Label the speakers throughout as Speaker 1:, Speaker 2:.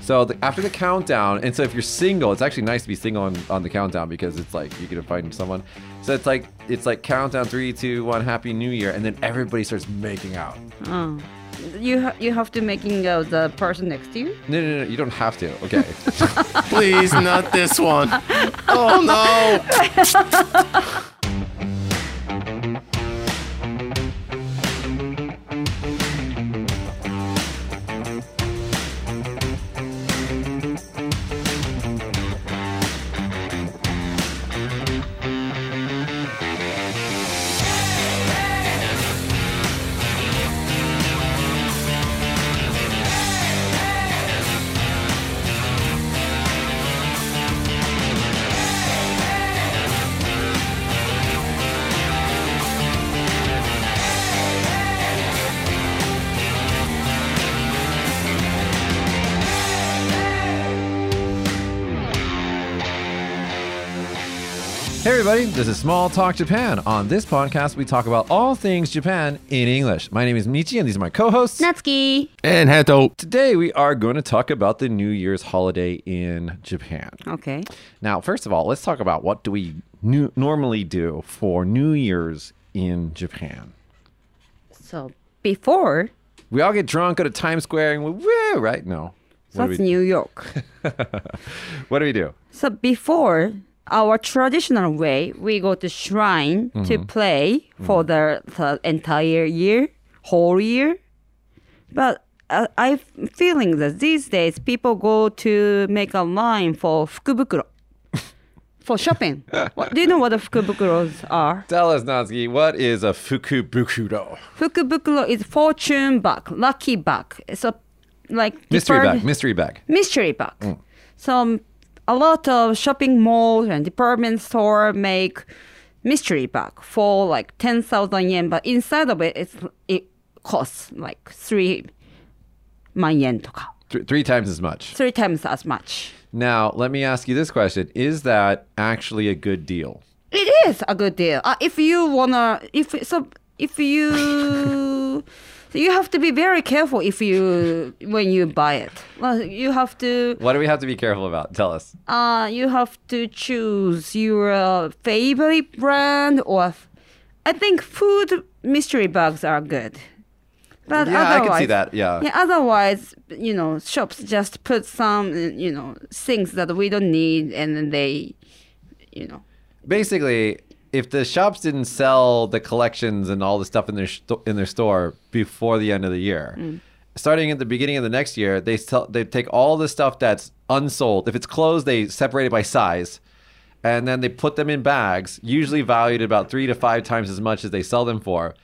Speaker 1: So the, after the countdown, and so if you're single, it's actually nice to be single on, on the countdown because it's like you can find someone. So it's like it's like countdown three, two, one, happy new year, and then everybody starts making out.
Speaker 2: You ha- you have to making out the person next to you.
Speaker 1: No, no, no, you don't have to. Okay.
Speaker 3: Please, not this one. Oh no!
Speaker 1: Hey everybody, this is Small Talk Japan. On this podcast, we talk about all things Japan in English. My name is Michi, and these are my co-hosts.
Speaker 2: Natsuki.
Speaker 3: And Hato.
Speaker 1: Today we are going to talk about the New Year's holiday in Japan.
Speaker 2: Okay.
Speaker 1: Now, first of all, let's talk about what do we nu- normally do for New Year's in Japan.
Speaker 2: So before
Speaker 1: We all get drunk, go to Times Square, and we woo, right? No. What do,
Speaker 2: that's
Speaker 1: we,
Speaker 2: New York.
Speaker 1: what do we do?
Speaker 2: so before our traditional way, we go to shrine to play for the, the entire year, whole year. But uh, I'm feeling that these days people go to make a line for fukubukuro. For shopping, what, do you know what the fukubukuros are?
Speaker 1: Tell us, Natsuki, what is a fukubukuro?
Speaker 2: Fukubukuro is fortune bag, lucky bag. It's a like
Speaker 1: Mystery
Speaker 2: deferred-
Speaker 1: bag, mystery bag.
Speaker 2: mystery bag. So um, a lot of shopping malls and department store make mystery bag for like ten thousand yen, but inside of it, it's, it costs like three man yen とか
Speaker 1: Th- three times as much.
Speaker 2: three times as much.
Speaker 1: Now, let me ask you this question Is that actually a good deal?
Speaker 2: It is a good deal. Uh, if you wanna, if so, if you, so you have to be very careful if you when you buy it. Well, you have to,
Speaker 1: What do we have to be careful about? Tell us.
Speaker 2: uh, you have to choose your uh, favorite brand or, f- I think food mystery bags are good. But
Speaker 1: Yeah, I can see
Speaker 2: otherwise-
Speaker 1: that. Yeah.
Speaker 2: Yeah. Otherwise, you know, shops just put some, you know, things that we don't need, and then they, you know.
Speaker 1: basically if the shops didn't sell the collections and all the stuff in their sto- in their store before the end of the year starting at the beginning of the next year they sell they take all the stuff that's unsold if it's closed they separate it by size and then they put them in bags usually valued about 3 to 5 times as much as they sell them for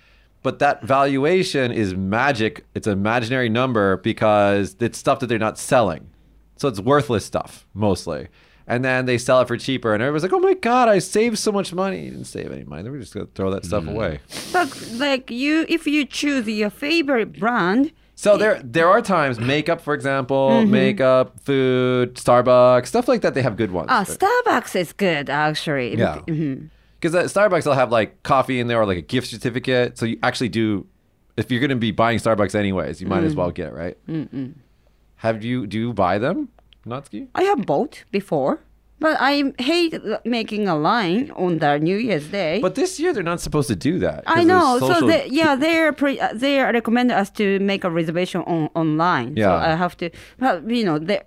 Speaker 1: but that valuation is magic it's an imaginary number because it's stuff that they're not selling so it's worthless stuff mostly. And then they sell it for cheaper, and everybody's like, "Oh my god, I saved so much money!" You didn't save any money. They were just gonna throw that stuff away.
Speaker 2: But like you, if you choose your favorite brand,
Speaker 1: So there, there are times makeup, for example,
Speaker 2: Mm-hmm.
Speaker 1: makeup, food, Starbucks, stuff like that. They have good ones.
Speaker 2: ah, Starbucks is good actually.
Speaker 1: yeah,
Speaker 2: mm-hmm.
Speaker 1: because at Starbucks they'll have like coffee in there or like a gift certificate. So you actually do, if you're gonna be buying Starbucks anyways, you might
Speaker 2: Mm.
Speaker 1: as well get it right. Have you do you buy them, Natsuki?
Speaker 2: I have bought before, but I hate l- making a line on the New Year's Day.
Speaker 1: But this year they're not supposed to do that. 'cause
Speaker 2: I
Speaker 1: of
Speaker 2: know, so
Speaker 1: social-
Speaker 2: they, yeah, they're pre, uh, they recommend us to make a reservation on online.
Speaker 1: Yeah.
Speaker 2: so I have to, but you know, they,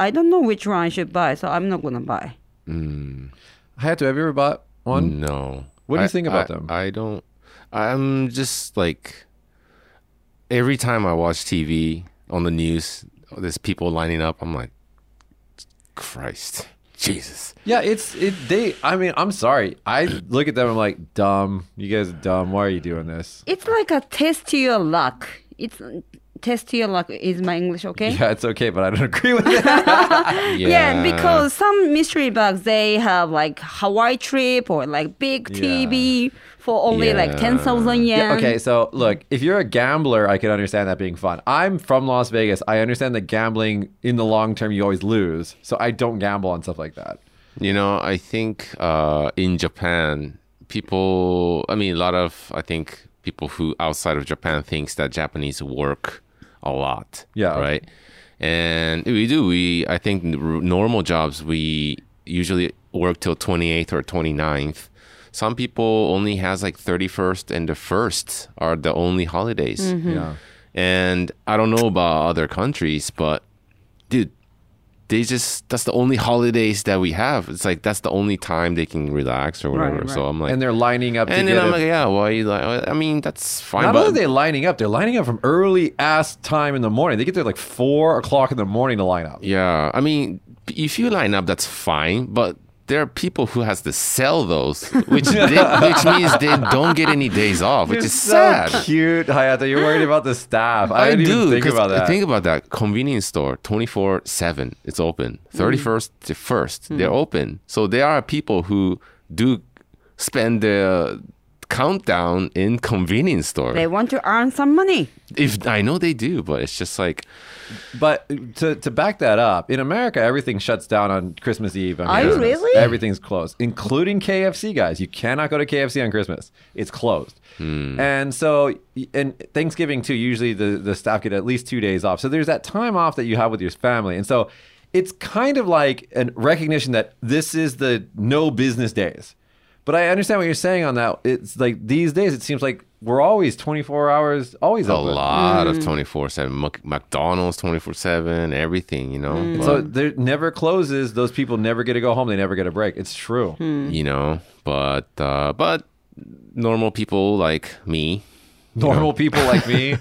Speaker 2: I don't know which one I should buy, so I'm not gonna buy.
Speaker 1: Hayato, have you ever bought one?
Speaker 3: No.
Speaker 1: What do you
Speaker 3: I-
Speaker 1: think about
Speaker 3: I-
Speaker 1: them?
Speaker 3: I don't. I'm just like every time I watch TV on the news, there's people lining up. I'm like, Christ, Jesus.
Speaker 1: Yeah, it's it. They, I mean, I'm sorry. I look at them. I'm like, dumb. You guys are dumb. Why are you doing this?
Speaker 2: It's like a test to your luck. It's test to your luck. Is my English okay?
Speaker 1: Yeah, it's okay, but I don't agree with it.
Speaker 3: Yeah,
Speaker 2: Yeah, because some mystery bags they have like Hawaii trip or like big TV for only like
Speaker 3: Yeah.
Speaker 2: ten thousand yen.
Speaker 1: okay, so look, if you're a gambler, I can understand that being fun. I'm from Las Vegas. I understand that gambling in the long term, you always lose. So I don't gamble on stuff like that.
Speaker 3: You know, I think uh, in Japan, people, I mean, a lot of, I think people who outside of Japan thinks that Japanese work a lot.
Speaker 1: Yeah.
Speaker 3: Right. and we do. We I think n- r- normal jobs we usually work till 28th or 29th. Some people only has like 31st and the first are the only holidays.
Speaker 1: Yeah.
Speaker 3: And I don't know about other countries, but dude, they just that's the only holidays that we have. It's like that's the only time they can relax or whatever.
Speaker 2: right.
Speaker 3: So I'm like,
Speaker 1: And they're lining up.
Speaker 3: and
Speaker 1: to
Speaker 3: then
Speaker 1: get
Speaker 3: I'm
Speaker 1: a-
Speaker 3: like, yeah, well, you like, I mean, that's fine.
Speaker 1: Not
Speaker 3: but
Speaker 1: only are they lining up, they're lining up from early ass time in the morning. They get there like four o'clock in the morning to line up.
Speaker 3: Yeah, I mean, if you line up, that's fine. But there are people who has to sell those, which they, which means they don't get any days off, which
Speaker 1: You're
Speaker 3: is
Speaker 1: so
Speaker 3: sad.
Speaker 1: cute, Hayata. You're worried about the staff. I,
Speaker 3: I
Speaker 1: didn't
Speaker 3: do
Speaker 1: even think
Speaker 3: 'cause
Speaker 1: about that.
Speaker 3: Think about that. Convenience store, twenty four seven. It's open.
Speaker 1: Mm.
Speaker 3: Thirty first to first, they're open. So there are people who do spend the countdown in convenience store.
Speaker 2: They want to earn some money.
Speaker 3: if I know they do, but it's just like
Speaker 1: But to, to back that up, in America, everything shuts down on Christmas Eve. On
Speaker 2: Are you
Speaker 1: Christmas.
Speaker 2: really?
Speaker 1: Everything's closed, including KFC, guys. You cannot go to KFC on Christmas. It's closed. And so, and Thanksgiving, too, usually the, the staff get at least two days off. So there's that time off that you have with your family. And so it's kind of like a recognition that this is the no business days. But I understand what you're saying on that. It's like these days, it seems like we're always 24 hours, always
Speaker 3: a
Speaker 1: open.
Speaker 3: lot of 24 7 Mc- mcdonald's 24 7 everything you know but,
Speaker 1: So there never closes. Those people never get to go home. They never get a break. It's true.
Speaker 3: you know but uh but normal people like me
Speaker 1: Normal people like me.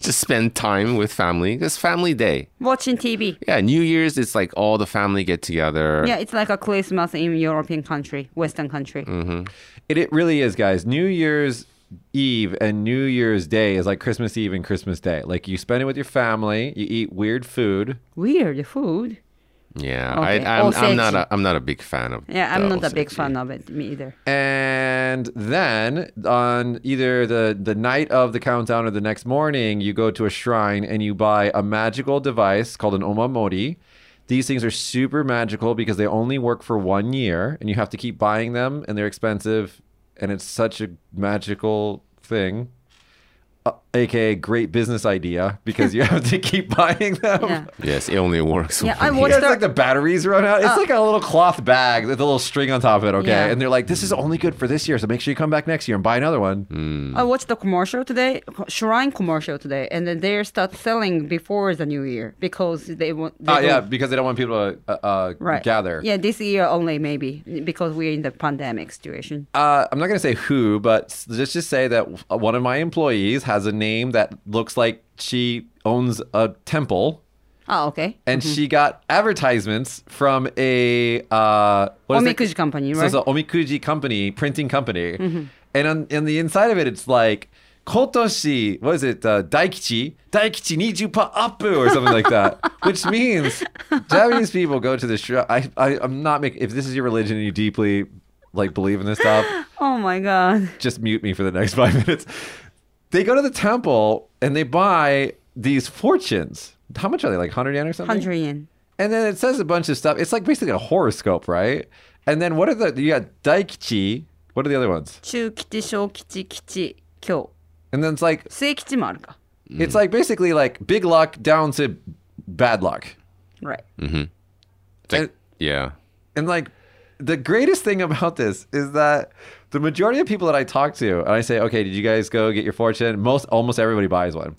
Speaker 3: just spend time with family it's family day
Speaker 2: Watching TV.
Speaker 3: yeah new year's it's like all the family get together
Speaker 2: Yeah, it's like a Christmas in European country, Western country.
Speaker 1: Mm. It, it really is, guys. New Year's Eve and New Year's Day is like Christmas Eve and Christmas Day. Like you spend it with your family. You eat weird food.
Speaker 2: Weird food.
Speaker 3: yeah
Speaker 2: Okay.
Speaker 3: I, I'm, I'm not
Speaker 2: Osage.
Speaker 3: a, i'm not a big fan of
Speaker 2: Yeah, I'm
Speaker 1: Oh,
Speaker 3: the
Speaker 2: not a big
Speaker 3: Osage.
Speaker 2: fan of it, me either.
Speaker 1: And then on either the, the night of the countdown or the next morning, you go to a shrine and you buy a magical device called an omamori. These things are super magical because they only work for one year and you have to keep buying them and they're expensive. And it's such a magical thing, uh, aka great business idea because you have to keep buying them.
Speaker 2: Yeah.
Speaker 3: yes it only works
Speaker 2: Yeah, I
Speaker 3: one
Speaker 2: watched
Speaker 3: year.
Speaker 1: It's like the batteries run out. It's like a little cloth bag with a little string on top of it, okay?
Speaker 2: Uh. Yeah.
Speaker 1: And they're like, this is only good for this year, so make sure you come back next year and buy another one.
Speaker 2: I watched the commercial today, co- shrine commercial today, and then they start selling before the new year because they want. They
Speaker 1: Oh, yeah,
Speaker 2: don't-
Speaker 1: because they don't want people to uh, uh,
Speaker 2: Mm-hmm. right.
Speaker 1: gather.
Speaker 2: Yeah, this year only maybe because we're in the pandemic situation.
Speaker 1: Uh, I'm not going to say who, but s- let's just say that w- one of my employees has a name that looks like she owns a temple.
Speaker 2: Oh, okay.
Speaker 1: And she got advertisements from a uh, what is it?
Speaker 2: Omikuji company, right?
Speaker 1: So it's an omikuji company, printing company, and on, on the inside of it, it's like kotoshi. What is it? Uh, daikichi, daikichi niju pa up or something like that, which means Japanese people go to the shrine. I, I, I'm not making. If this is your religion and you deeply like believe in this stuff,
Speaker 2: oh my god.
Speaker 1: just mute me for the next five minutes. They go to the temple and they buy these fortunes. How much are they? Like 100 yen or something?
Speaker 2: Hundred yen.
Speaker 1: And then it says a bunch of stuff. It's like basically a horoscope, right? And then what are the you got Daikichi? What are the other ones?
Speaker 2: 中吉小吉吉今
Speaker 1: And then it's like
Speaker 2: 日末吉もあるか。
Speaker 1: it's like basically like big luck down to bad luck.
Speaker 2: Right.
Speaker 1: Mm.
Speaker 3: It's like-
Speaker 1: And-
Speaker 3: yeah
Speaker 1: And like the greatest thing about this is that the majority of people that I talk to, and I say, "Okay, did you guys go get your fortune?" Most almost everybody buys one.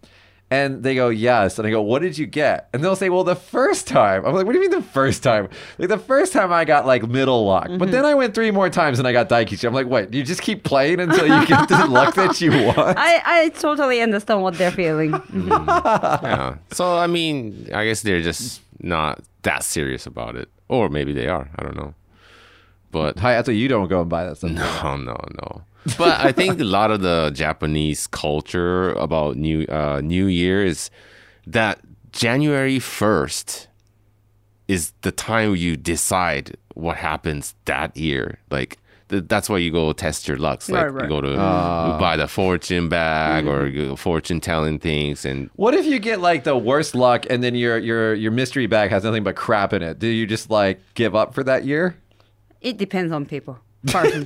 Speaker 1: And they go, "Yes." And I go, "What did you get?" And they'll say, "Well, the first time." I'm like, "What do you mean the first time?" Like the first time I got like middle luck. But then I went three more times and I got daikichi. I'm like, "What? You just keep playing until you get the luck that you want?"
Speaker 2: I I totally understand what they're feeling.
Speaker 3: yeah so i mean i guess they're just not that serious about it or maybe they are i don't know but
Speaker 1: Hayato, you don't go and buy that stuff.
Speaker 3: No, no, no. But I think a lot of the Japanese culture about new uh, New Year is that January first is the time you decide what happens that year. Like th- that's why you go test your lucks. Like
Speaker 2: Right, right.
Speaker 3: you go to you buy the fortune bag or you go fortune telling things, and
Speaker 1: What if you get like the worst luck and then your your your mystery bag has nothing but crap in it? Do you just like give up for that year?
Speaker 2: It depends on people. Person.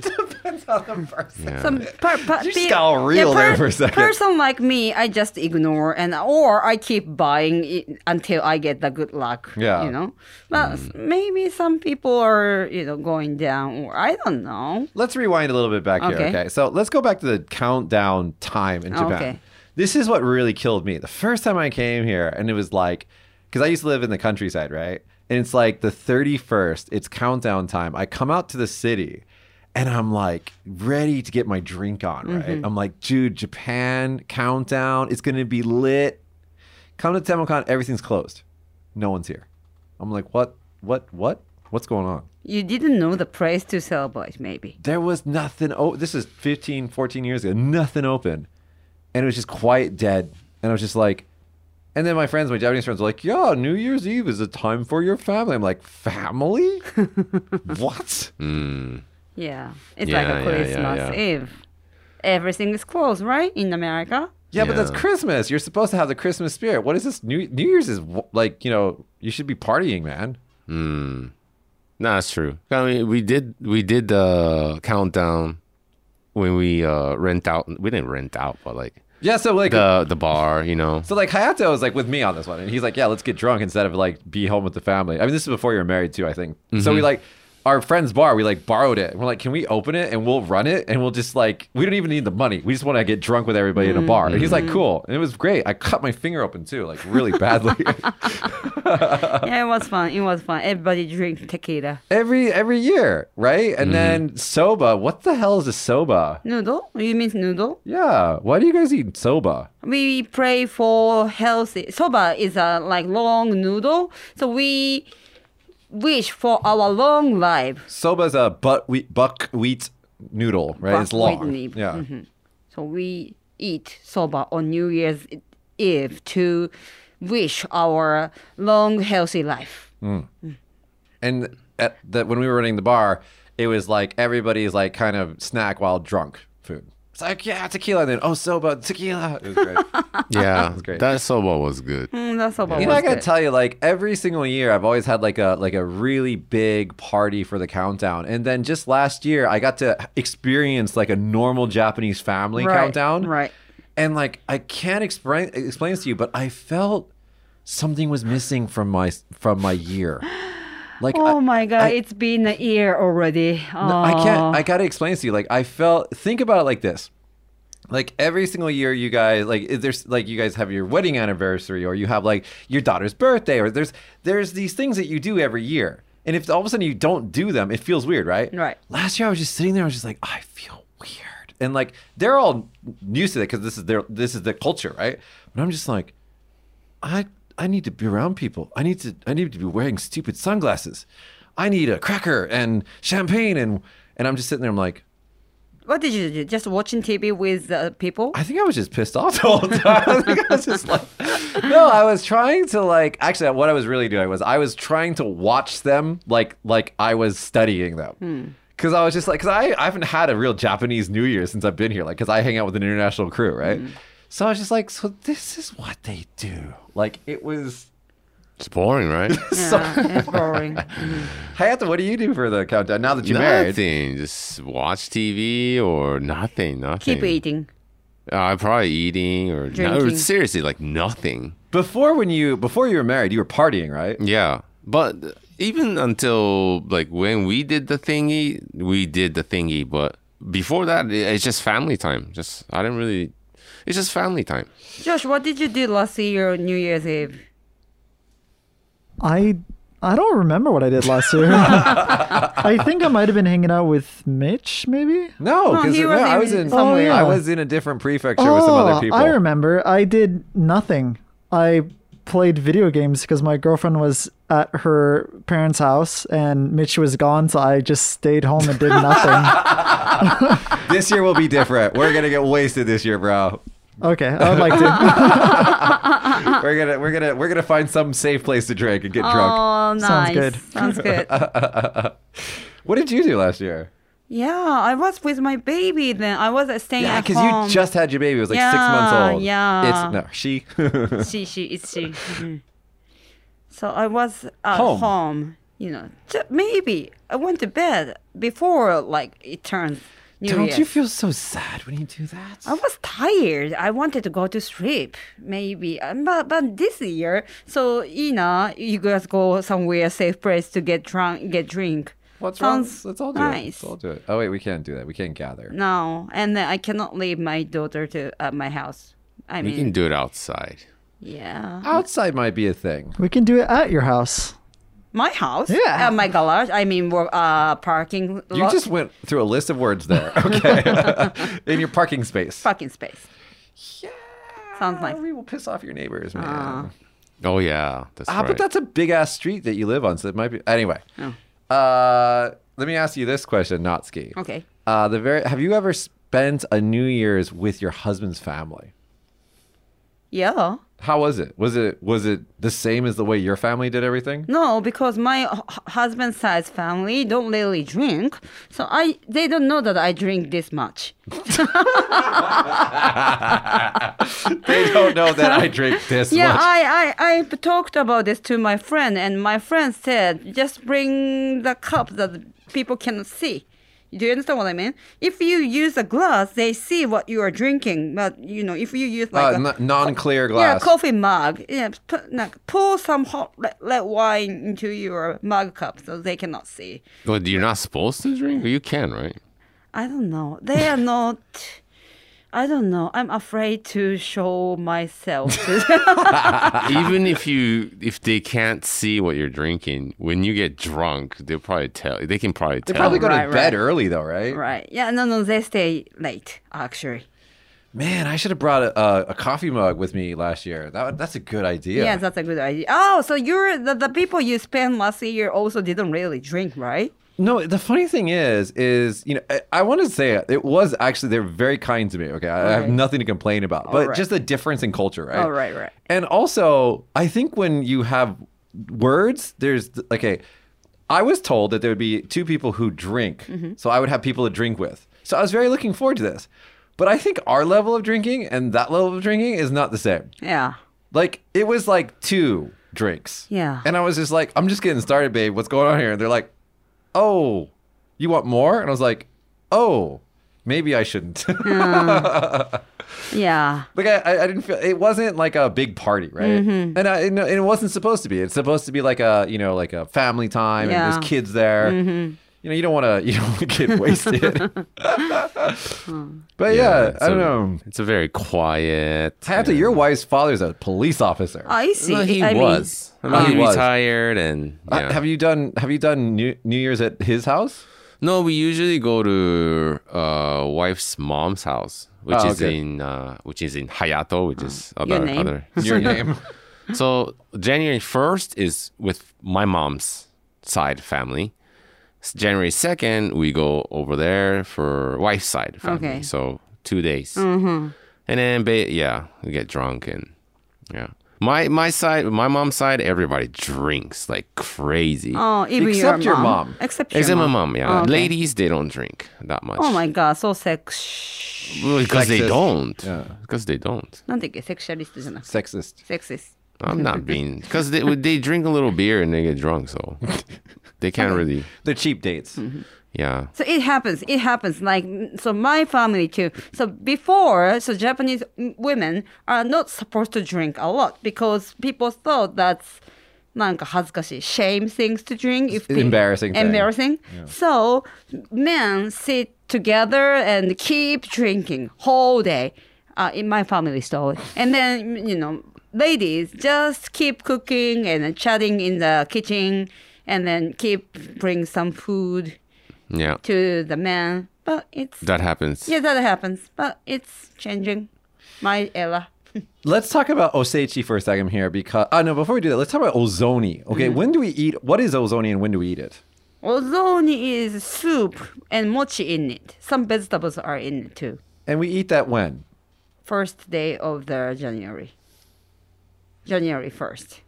Speaker 1: depends on the person.
Speaker 3: Yeah.
Speaker 2: Some per, per,
Speaker 1: You just got all real there for a second.
Speaker 2: Person like me, I just ignore and or I keep buying it until I get the good luck.
Speaker 1: Yeah. Mm.
Speaker 2: you know. But maybe some people are you know going down, or I don't know.
Speaker 1: Let's rewind a little bit back here.
Speaker 2: Okay.
Speaker 1: Okay. So let's go back to the countdown time in Japan.
Speaker 2: Okay.
Speaker 1: This is what really killed me. The first time I came here, and it was like, because I used to live in the countryside, right? And it's like the 31st, it's countdown time. I come out to the city and I'm like ready to get my drink on, right? I'm like, dude, Japan countdown, it's going to be lit. Come to Temocon, everything's closed. No one's here. I'm like, what, what, what? What's going on?
Speaker 2: You didn't know the place to celebrate, maybe.
Speaker 1: there was nothing oh this is 15 14 years ago nothing open and it was just quiet dead and i was just like and then my friends my japanese friends were like yeah new year's eve is a time for your family i'm like family what
Speaker 3: Mm,
Speaker 2: Yeah, it's
Speaker 3: Yeah,
Speaker 2: like a
Speaker 3: yeah, yeah,
Speaker 2: Christmas
Speaker 3: yeah.
Speaker 2: Eve. Everything is closed, right? In America.
Speaker 1: yeah, but that's
Speaker 3: Yeah.
Speaker 1: christmas you're supposed to have the christmas spirit what is this new, new year's is wh- like you know you should be partying man
Speaker 3: No, that's true. I mean, we did we did the countdown when we uh rent out. We didn't rent out, but like
Speaker 1: yeah so like
Speaker 3: the the bar, you know.
Speaker 1: so like hayato was like with me on this one and he's like yeah let's get drunk instead of like be home with the family i mean this is before you're married too i think so we like our friend's bar we like borrowed it we're like can we open it and we'll run it and we'll just like we don't even need the money we just want to get drunk with everybody in a bar and he's like cool and it was great i cut my finger open too like really badly
Speaker 2: yeah, it was fun. It was fun. Everybody drink tequila.
Speaker 1: every every year right and then soba what the hell is a soba
Speaker 2: Noodle? You mean noodle?
Speaker 1: yeah why do you guys eat soba
Speaker 2: we pray for healthy soba is a like long noodle so we wish for our long life
Speaker 1: soba's a but wheat, buckwheat noodle right it's
Speaker 2: Buckwheat
Speaker 1: long
Speaker 2: noodle.
Speaker 1: yeah
Speaker 2: so we eat soba on new year's eve to wish our long healthy life
Speaker 1: and at the, when we were running the bar, it was like everybody's like kind of snack while drunk food. It's like yeah, tequila, and then oh soba, tequila. It was great.
Speaker 3: Yeah,
Speaker 1: great.
Speaker 3: that soba was good.
Speaker 2: mm, that's soba
Speaker 1: you know,
Speaker 2: was
Speaker 1: I gotta
Speaker 2: good.
Speaker 1: tell you, like every single year, I've always had like a like a really big party for the countdown, and then just last year, I got to experience like a normal Japanese family
Speaker 2: Right,
Speaker 1: countdown.
Speaker 2: right.
Speaker 1: And like I can't explain explain this to you, but I felt something was missing from my from my year. Like I-
Speaker 2: oh my god
Speaker 1: I-
Speaker 2: it's been a year already oh.
Speaker 1: No, I can't. I gotta explain this to you. Like I felt. Think about it like this. Like every single year, you guys like if there's like you guys have your wedding anniversary, or you have like your daughter's birthday, or there's there's these things that you do every year. And if all of a sudden you don't do them, it feels weird, right?
Speaker 2: Right.
Speaker 1: Last year I was just sitting there. I was just like, I feel weird, and like they're all used to that because this is their this is the culture, right? But I'm just like, I I need to be around people. I need to I need to be wearing stupid sunglasses. I need a cracker and champagne and and I'm just sitting there. I'm like,
Speaker 2: what did you do just watching tv with uh, people
Speaker 1: I think I was just pissed off the whole time. I think I was just like, no, I was trying to like. Actually, what I was really doing was I was trying to watch them like like I was studying them.
Speaker 2: Hmm.
Speaker 1: Cause I was just like, cause I, I haven't had a real Japanese New Year since I've been here. Like, cause I hang out with an international crew, right?
Speaker 2: Hmm.
Speaker 1: So I was just like, so this is what they do. Like, it was
Speaker 3: It's boring, right?
Speaker 2: yeah, it's boring
Speaker 1: Hayata, what do you do for the countdown now that you're married?
Speaker 3: nothing. Just watch TV or nothing. Nothing.
Speaker 2: keep eating
Speaker 3: Uh, I'm probably eating or no,
Speaker 2: Drinking.
Speaker 3: seriously, like nothing.
Speaker 1: Before when you before you were married, you were partying, right?
Speaker 3: Yeah, but even until like when we did the thingy, we did the thingy. But before that, it- it's just family time. Just I didn't really. It's just family time.
Speaker 2: josh what did you do last year new year's eve
Speaker 4: I I don't remember what I did last year. I think I might have been hanging out with Mitch, maybe.
Speaker 1: No,
Speaker 2: No,
Speaker 1: because
Speaker 2: he was
Speaker 1: I
Speaker 2: in Oh,
Speaker 1: was in
Speaker 4: somewhere.
Speaker 1: I
Speaker 4: Oh, yeah.
Speaker 1: was in a different prefecture with some other people.
Speaker 4: Oh, I remember. I did nothing. I played video games because my girlfriend was at her parents' house and Mitch was gone, so I just stayed home and did nothing.
Speaker 1: This year will be different. We're gonna get wasted this year, bro.
Speaker 4: okay, I would like to.
Speaker 2: Uh.
Speaker 1: We're gonna we're gonna we're gonna find some safe place to drink and get drunk.
Speaker 2: Oh, nice.
Speaker 4: Sounds good.
Speaker 2: Sounds good.
Speaker 1: What did you do last year?
Speaker 2: yeah, I was with my baby then. I was uh, staying
Speaker 1: Yeah,
Speaker 2: at
Speaker 1: because
Speaker 2: home.
Speaker 1: you just had your baby. It was like six
Speaker 2: Yeah,
Speaker 1: months old.
Speaker 2: yeah.
Speaker 1: It's no she.
Speaker 2: she she it's she. Mhm. so I was at
Speaker 1: Home.
Speaker 2: home. You know, ju- maybe I went to bed before like it turns New
Speaker 1: Don't
Speaker 2: Year.
Speaker 1: you feel so sad when you do that?
Speaker 2: I was tired. I wanted to go to sleep, maybe. Um, But, but this year, so Ina, you guys go somewhere safe place to get drunk, get drink.
Speaker 1: What's
Speaker 2: Sounds
Speaker 1: wrong? Let's all do it.
Speaker 2: nice.
Speaker 1: Let's all do it. Oh wait, we can't do that. We can't gather.
Speaker 2: No, and then I cannot leave my daughter to at my house. I
Speaker 3: We
Speaker 2: mean,
Speaker 3: can do it outside.
Speaker 2: yeah,
Speaker 1: Outside might be a thing.
Speaker 4: We can do it at your house.
Speaker 2: my house,
Speaker 4: Yeah.
Speaker 2: uh, my garage. I mean, wo- uh, parking lot,
Speaker 1: You just went through a list of words there. Okay. In your parking space.
Speaker 2: parking space.
Speaker 1: Yeah.
Speaker 2: Sounds nice.
Speaker 1: We will piss off your neighbors, man.
Speaker 3: Oh yeah, that's
Speaker 1: ah,
Speaker 3: right.
Speaker 1: but that's a big ass street that you live on, so it might be anyway.
Speaker 2: Oh.
Speaker 1: Uh, let me ask you this question, Natsuki.
Speaker 2: Oh, Okay.
Speaker 1: Uh, the very have you ever spent a New Year's with your husband's family?
Speaker 2: Yeah.
Speaker 1: How was it? Was it was it the same as the way your family did everything?
Speaker 2: No, because my h- husband's side's family don't really drink, so I they don't know that I drink this much.
Speaker 1: they don't know that I drink this
Speaker 2: Yeah,
Speaker 1: much. Uh,
Speaker 2: I, I I talked about this to my friend, and my friend said, just bring the cup that people cannot see. Do you understand what I mean? If you use a glass, they see what you are drinking. But you know, if you use like
Speaker 1: uh,
Speaker 2: a,
Speaker 1: n- non-clear
Speaker 2: yeah,
Speaker 1: glass.
Speaker 2: coffee mug, yeah, put, like, pour some hot red, red wine into your mug cup so they cannot see.
Speaker 3: But you're not supposed to drink. You can, right?
Speaker 2: I don't know. They are not. I don't know. I'm afraid to show myself.
Speaker 3: Even if you if they can't see what you're drinking, when you get drunk, they'll probably tell. They can probably
Speaker 1: They
Speaker 3: tell.
Speaker 1: probably go
Speaker 2: Right,
Speaker 1: to bed
Speaker 2: right.
Speaker 1: early though, right?
Speaker 2: right? Yeah. No, no. They stay late actually.
Speaker 1: Man, I should have brought a, a, a coffee mug with me last year. That, that's a good idea.
Speaker 2: Yeah, that's a good idea. Oh, so you're the, the people you spent last year also didn't really drink, right?
Speaker 1: No, the funny thing is, is you know, I, I want to say it, it was actually they're very kind to me. Okay, I, I have
Speaker 2: Okay.
Speaker 1: nothing to complain about, but
Speaker 2: right.
Speaker 1: just the difference in culture, right?
Speaker 2: Oh, right, right.
Speaker 1: And also, I think when you have words, there's okay. I was told that there would be two people who drink,
Speaker 2: Mm-hmm.
Speaker 1: so I would have people to drink with. So I was very looking forward to this, but I think our level of drinking and that level of drinking is not the same.
Speaker 2: Yeah.
Speaker 1: Like it was like two drinks.
Speaker 2: Yeah.
Speaker 1: And I was just like, I'm just getting started, babe. What's going on here? And they're like, Oh, you want more? And I was like, Oh, maybe I shouldn't.
Speaker 2: Yeah.
Speaker 1: like I, I I didn't feel it wasn't like a big party, right?
Speaker 2: Mm-hmm.
Speaker 1: And I and it wasn't supposed to be. It's supposed to be like a you know like a family time and
Speaker 2: Yeah. Mm-hmm.
Speaker 1: there's kids there. You know you don't want to you don't want to get wasted. but yeah,
Speaker 3: it's
Speaker 1: I don't
Speaker 3: a-
Speaker 1: know.
Speaker 3: It's a very quiet.
Speaker 1: After your wife's father's a police officer.
Speaker 2: Ah, I see.
Speaker 3: Well, he
Speaker 2: I mean-
Speaker 3: was. I mean,
Speaker 1: Ah.
Speaker 3: he
Speaker 1: He was.
Speaker 3: retired, and
Speaker 1: Uh,
Speaker 3: yeah.
Speaker 1: have you done Have you done New, New Year's at his house?
Speaker 3: no, we usually go to uh, wife's mom's house, which
Speaker 1: Oh,
Speaker 3: is
Speaker 1: okay.
Speaker 3: in uh, which is in Hayato, which is other
Speaker 2: name?
Speaker 3: other.
Speaker 1: Your name?
Speaker 3: So January first is with my mom's side family. S- January second, we go over there for wife's side
Speaker 2: Okay.
Speaker 3: family. So two days, mm-hmm. and then ba- yeah, we get drunk and yeah. My my side, my mom's side, everybody drinks like crazy.
Speaker 2: Oh, even
Speaker 1: Except your
Speaker 2: your
Speaker 1: mom.
Speaker 2: mom. Except your
Speaker 3: Except my
Speaker 2: mom.
Speaker 3: mom, yeah.
Speaker 2: Oh, okay.
Speaker 3: Ladies, they don't drink that much.
Speaker 2: Oh my god, so sex.
Speaker 3: Well, because they
Speaker 1: Sexist.
Speaker 3: don't.
Speaker 1: Yeah.
Speaker 3: Because they don't.
Speaker 2: なんだっけセクシャリストじゃなくて
Speaker 1: Sexist.
Speaker 2: セクシス
Speaker 3: I'm not being. Because they they drink a little beer and they get drunk, so they can't really.
Speaker 1: They're cheap dates.
Speaker 3: Yeah.
Speaker 2: So it happens. It happens. Like mm, so, my family too. So before, so Japanese mm, women are not supposed to drink a lot because people thought that's なんか恥ずかしい shame things to drink if they-
Speaker 1: Embarrassing thing.
Speaker 2: embarrassing. So men sit together and keep drinking whole day. Uh, in my family story, and then you know, ladies just keep cooking and chatting in the kitchen, and then keep bring some food
Speaker 3: Yeah.
Speaker 2: to the man. But it's
Speaker 3: That happens.
Speaker 2: yeah, that happens. But it's changing. My era.
Speaker 1: Let's talk about Oseichi for a second here because ah no before we do that let's talk about ozoni. Okay, when do we eat? What is ozoni and when do we eat it?
Speaker 2: Ozoni is soup and mochi in it. Some vegetables are in it too.
Speaker 1: And we eat that when?
Speaker 2: First day of the January. January first.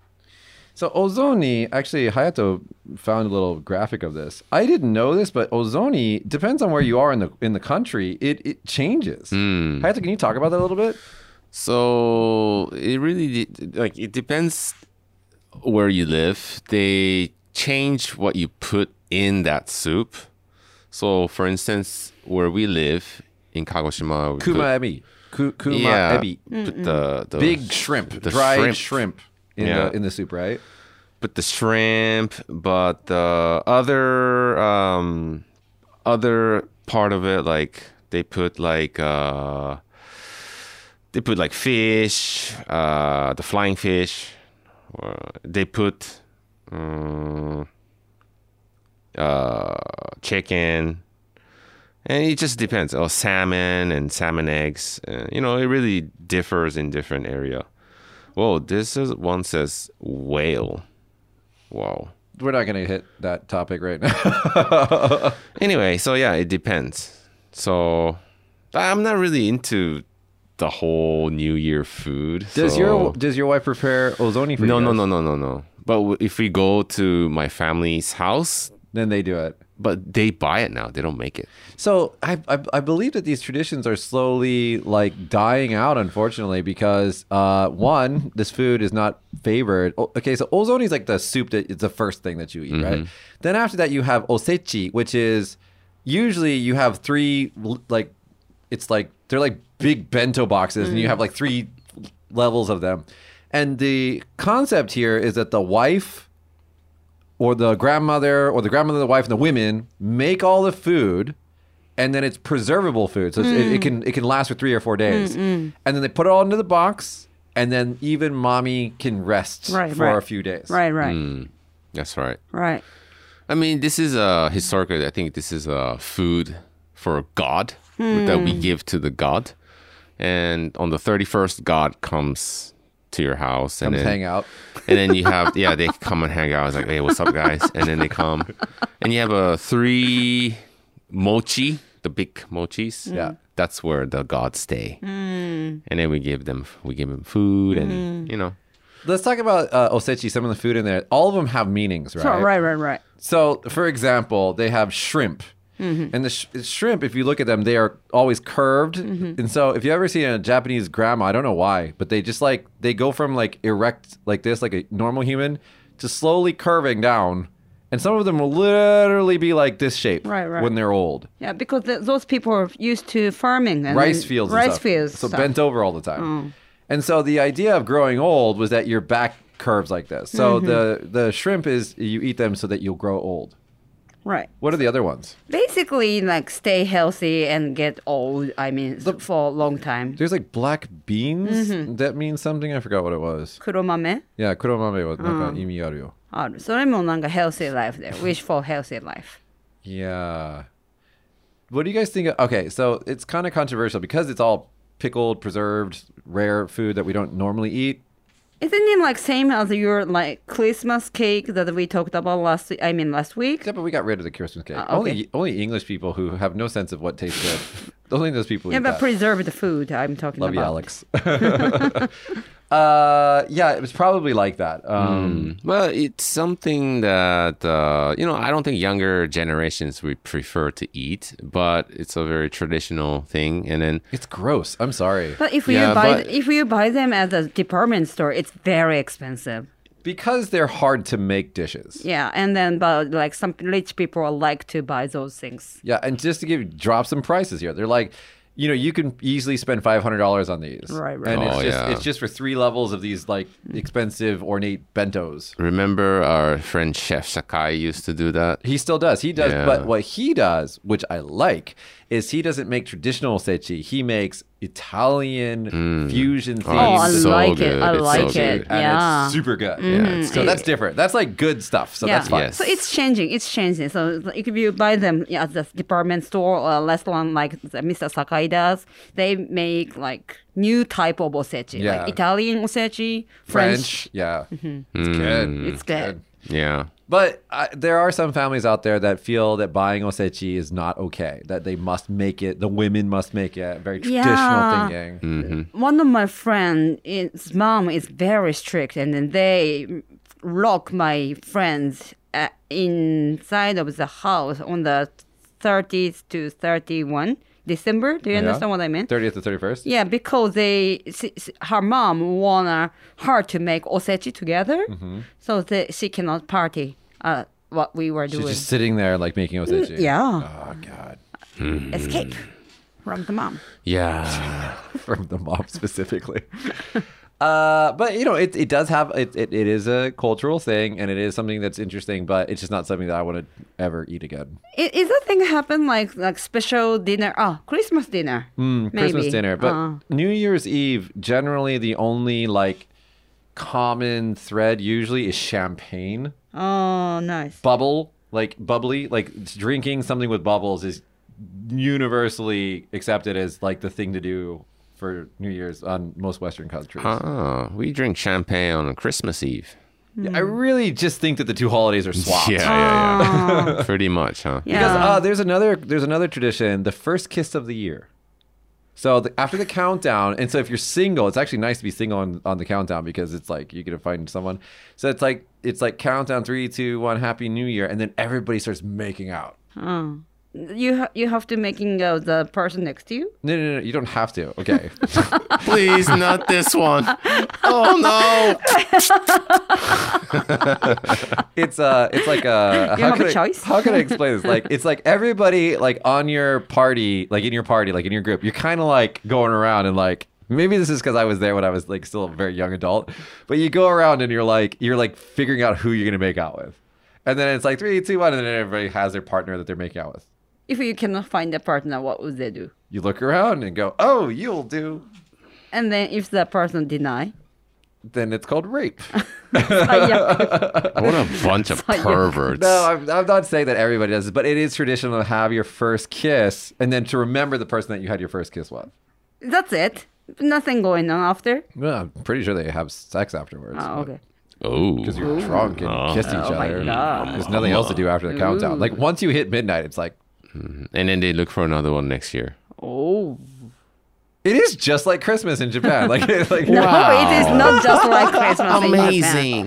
Speaker 1: So ozoni actually Hayato found a little graphic of this. I didn't know this, but ozoni depends on where you are in the in the country. It it changes.
Speaker 3: Hmm.
Speaker 1: Hayato, can you talk about that a little bit?
Speaker 3: So it really de- like it depends where you live. They change what you put in that soup. So, for instance, where we live in Kagoshima, we
Speaker 1: Kuma
Speaker 3: put-
Speaker 1: ebi. Ku, kuma
Speaker 3: yeah,
Speaker 1: ebi.
Speaker 3: put the, the
Speaker 1: Big
Speaker 3: sh-
Speaker 1: shrimp,
Speaker 3: the
Speaker 1: dried shrimp,
Speaker 3: shrimp.
Speaker 1: in
Speaker 3: Yeah.
Speaker 1: the in the soup, right?
Speaker 3: but the shrimp, but the other um other part of it, like they put like uh they put like fish, uh the flying fish, or they put um, uh chicken. And it just depends. Oh, salmon and salmon eggs. Uh, you know, it really differs in different area. Whoa, this is one says whale. Wow.
Speaker 1: We're not gonna hit that topic right now.
Speaker 3: Anyway, so yeah, it depends. So I'm not really into the whole New Year food.
Speaker 1: Does
Speaker 3: so-
Speaker 1: your does your wife prepare ozoni for
Speaker 3: no
Speaker 1: you?
Speaker 3: no
Speaker 1: guys?
Speaker 3: no no no no? But w- if we go to my family's house,
Speaker 1: Then they do it.
Speaker 3: but they buy it now. They don't make it.
Speaker 1: So I, I I believe that these traditions are slowly like dying out, unfortunately, because uh, one, this food is not favored. O- okay, so ozoni is like the soup that it's the first thing that you eat, right? Then after that, you have osechi, which is usually you have three l- like it's like they're like big bento boxes, and you have like three levels of them. And the concept here is that the wife or the grandmother or the grandmother, the wife, and the women make all the food, and then it's preservable food, so it's, it, it can it can last for three or
Speaker 2: Mm,
Speaker 1: four days, and then they put it all into the box, and then even mommy can rest
Speaker 2: Right,
Speaker 1: for
Speaker 2: right.
Speaker 1: a few days.
Speaker 2: Right, right,
Speaker 1: Hmm.
Speaker 3: That's right.
Speaker 2: right.
Speaker 3: I mean, this is a historically. I think this is a food for God
Speaker 1: Hmm.
Speaker 3: that we give to the God, and on the thirty first, God comes to your house and
Speaker 1: Comes
Speaker 3: then-
Speaker 1: hang out.
Speaker 3: and then you have yeah, they come and hang out. It's like, hey, what's up, guys? And then they come, and you have a three mochi, the big mochis.
Speaker 1: Yeah.
Speaker 3: that's where the gods stay. And then we give them we give them food, and you know,
Speaker 1: Let's talk about uh, osechi. Some of the food in there, all of them have meanings, right?
Speaker 2: So, right, right, right.
Speaker 1: So, for example, they have shrimp.
Speaker 2: Mm-hmm.
Speaker 1: And the sh- shrimp, if you look at them, they are always curved.
Speaker 2: Mm-hmm.
Speaker 1: And so, if you ever see a Japanese grandma, I don't know why, but they just like they go from like erect like this, like a normal human, to slowly curving down. And some of them will literally be like this shape
Speaker 2: Right, right.
Speaker 1: when they're old.
Speaker 2: Yeah, because th- those people are used to farming and
Speaker 1: rice
Speaker 2: then
Speaker 1: fields, and
Speaker 2: rice
Speaker 1: stuff.
Speaker 2: fields.
Speaker 1: So
Speaker 2: stuff. Mm.
Speaker 1: bent over all the time. And so the idea of growing old was that your back curves like this. So
Speaker 2: Mm-hmm.
Speaker 1: the the shrimp is you eat them so that you'll grow old.
Speaker 2: right.
Speaker 1: What are the other ones?
Speaker 2: Basically, like stay healthy and get old. I mean, for a long time.
Speaker 1: There's like black beans.
Speaker 2: Mm-hmm.
Speaker 1: That means something. I forgot what it was.
Speaker 2: 黒豆
Speaker 1: Yeah, kuromame was
Speaker 2: Hmm.
Speaker 1: naka imi aru.
Speaker 2: ある。それもなんか healthy life there. Wish for healthy life.
Speaker 1: Yeah. What do you guys think? Of, okay, so it's kind of controversial because it's all pickled, preserved, rare food that we don't normally eat.
Speaker 2: Isn't it like same as your like Christmas cake that we talked about last? I mean last week.
Speaker 1: Except, but we got rid of the Christmas cake.
Speaker 2: Ah,
Speaker 1: Only
Speaker 2: okay.
Speaker 1: only English people who have no sense of what tastes good. only those people.
Speaker 2: Yeah,
Speaker 1: eat
Speaker 2: but
Speaker 1: that.
Speaker 2: preserved food. I'm talking
Speaker 1: Love you,
Speaker 2: about.
Speaker 1: Alex. uh, yeah, it was probably like that.
Speaker 2: Hmm.
Speaker 1: Um,
Speaker 3: Mm. well, it's something that uh, you know. I don't think younger generations would prefer to eat, but it's a very traditional thing. And then
Speaker 1: It's gross. I'm sorry.
Speaker 2: But if
Speaker 3: Yeah,
Speaker 2: you buy
Speaker 3: but-
Speaker 2: if you buy them at the department store, it's very expensive.
Speaker 1: Because they're hard to make dishes.
Speaker 2: Yeah, and then but like some rich people like to buy those things.
Speaker 1: Yeah, and just to give you drop some prices here, they're like, you know, you can easily spend five hundred dollars on these,
Speaker 2: Right, right. Mm.
Speaker 1: And it's
Speaker 3: Oh,
Speaker 1: just
Speaker 3: yeah.
Speaker 1: it's just for three levels of these like expensive ornate bentos.
Speaker 3: remember our friend Chef Sakai used to do that.
Speaker 1: He still does. He does,
Speaker 3: Yeah.
Speaker 1: but what he does, which I like, is he doesn't make traditional sechi. He makes Italian fusion themed.
Speaker 2: Oh, I
Speaker 3: Mm. it's so
Speaker 2: like it.
Speaker 3: good.
Speaker 2: I
Speaker 3: It's so
Speaker 2: like
Speaker 3: good.
Speaker 2: it.
Speaker 1: and
Speaker 2: Yeah. Mm.
Speaker 1: it's super good.
Speaker 3: Mhm.
Speaker 1: So that's different. That's like good stuff. So
Speaker 2: yeah.
Speaker 1: that's fine.
Speaker 3: Yes.
Speaker 2: So it's changing. It's changing. So if you buy them yeah, at the department store or restaurant like the Mr. Sakai does, they make like new type of osechi,
Speaker 1: Yeah.
Speaker 2: like Italian osechi,
Speaker 1: French. Mm.
Speaker 2: French. Mm-hmm.
Speaker 1: Yeah. It's
Speaker 3: Mm.
Speaker 1: good.
Speaker 2: It's good.
Speaker 3: Yeah.
Speaker 1: But uh, there are some families out there that feel that buying osechi is not okay, that they must make it, the women must make it, very traditional
Speaker 2: Yeah.
Speaker 1: thinking.
Speaker 2: One of my friends, his mom is very strict, and then they lock my friends uh, inside of the house on the 30th to 31 December. Do you understand what I mean?
Speaker 1: 30th to 31st?
Speaker 2: Yeah, because they, s- s- her mom
Speaker 1: Mm-hmm.
Speaker 2: wanted her to make osechi together, so that she cannot party uh, what we were
Speaker 1: She's
Speaker 2: doing.
Speaker 1: just sitting there like making out with Itchy.
Speaker 2: Mm, yeah,
Speaker 1: Oh god.
Speaker 2: escape from the mom.
Speaker 3: Yeah.
Speaker 1: From the mob specifically. Uh, but you know, it, it does have it, it it is a cultural thing, and it is something that's interesting. But it's just not something that I want to ever eat again.
Speaker 2: I- Is that thing happen like like special dinner? Oh, Christmas dinner.
Speaker 1: Hmm, Christmas dinner, but
Speaker 2: Uh,
Speaker 1: New Year's Eve generally the only like common thread usually is champagne,
Speaker 2: oh, nice.
Speaker 1: bubble, like bubbly, like drinking something with bubbles is universally accepted as like the thing to do for New Year's on most Western countries.
Speaker 3: Ah, we drink champagne on Christmas Eve.
Speaker 1: Yeah, I really just think that the two holidays are swapped.
Speaker 3: Yeah, yeah, yeah. Pretty much, huh?
Speaker 2: Yeah.
Speaker 1: Because uh, there's another there's another tradition, the first kiss of the year. So the, after the countdown, and so if you're single, it's actually nice to be single on, on the countdown because it's like you get to find someone. So it's like it's like countdown three, two, one, happy new year, and then everybody starts making out.
Speaker 2: Oh. You ha- you have to making out the person next to you.
Speaker 1: No, no, no, you don't have to. Okay,
Speaker 3: Please, not this one. Oh no.
Speaker 1: it's uh, it's like uh,
Speaker 2: You have
Speaker 1: could
Speaker 2: a
Speaker 1: I-
Speaker 2: choice.
Speaker 1: how can I explain this? Like it's like everybody like on your party, like in your party, like in your group, you're kind of like going around and like maybe this is because I was there when I was like still a very young adult, but you go around and you're like you're like figuring out who you're gonna make out with, and then it's like three, two, one, and then everybody has their partner that they're making out with.
Speaker 2: If you cannot find a partner, what would they do?
Speaker 1: You look around and go, oh, you'll do.
Speaker 2: And then if the person deny,
Speaker 1: Then it's called rape.
Speaker 2: Ah, yeah.
Speaker 3: What a bunch of perverts.
Speaker 1: No, I'm, I'm not saying that everybody does, this, but it is traditional to have your first kiss and then to remember the person that you had your first kiss with.
Speaker 2: that's it. Nothing going on after.
Speaker 1: Well, I'm pretty sure they have sex afterwards.
Speaker 2: Oh, okay.
Speaker 3: oh.
Speaker 1: Because you're drunk and
Speaker 3: Oh.
Speaker 1: kiss each
Speaker 2: Oh my
Speaker 1: other. and
Speaker 2: God.
Speaker 1: There's nothing else to do after the countdown. Like once you hit midnight, it's like
Speaker 3: And then they look for another one next year.
Speaker 2: Oh.
Speaker 1: it is just like Christmas in Japan. Like, it- like
Speaker 2: No, it is not just like Christmas. in Japan.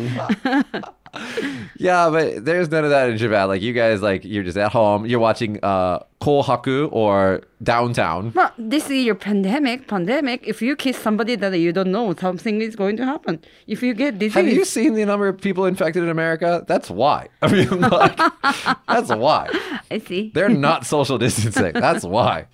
Speaker 1: yeah, but there's none of that in Japan. Like you guys, like you're just at home. You're watching uh, Kohaku or Downtown.
Speaker 2: But this is your pandemic. Pandemic. If you kiss somebody that you don't know, something is going to happen. If you get disease,
Speaker 1: Have you seen the number of people infected in America? That's why. I mean, like, that's why.
Speaker 2: I see.
Speaker 1: They're not social distancing. That's why.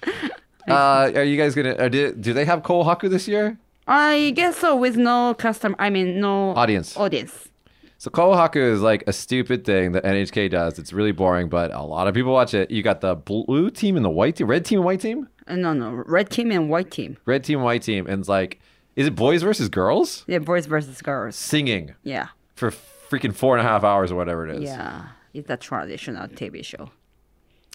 Speaker 1: Uh, are you guys gonna? Are, do, do they have Kohaku this year?
Speaker 2: I guess so. With no custom, I mean no
Speaker 1: Audience.
Speaker 2: Audience.
Speaker 1: So Kohaku is like a stupid thing that NHK does. It's really boring, but a lot of people watch it. You got the blue team and the white team, red team and white team,
Speaker 2: Uh, No, no. Red team and white team.
Speaker 1: red team and white team, and it's like, is it boys versus girls
Speaker 2: Yeah, boys versus girls.
Speaker 1: singing
Speaker 2: Yeah,
Speaker 1: for freaking four and a half hours or whatever it is?
Speaker 2: yeah. It's a traditional TV show.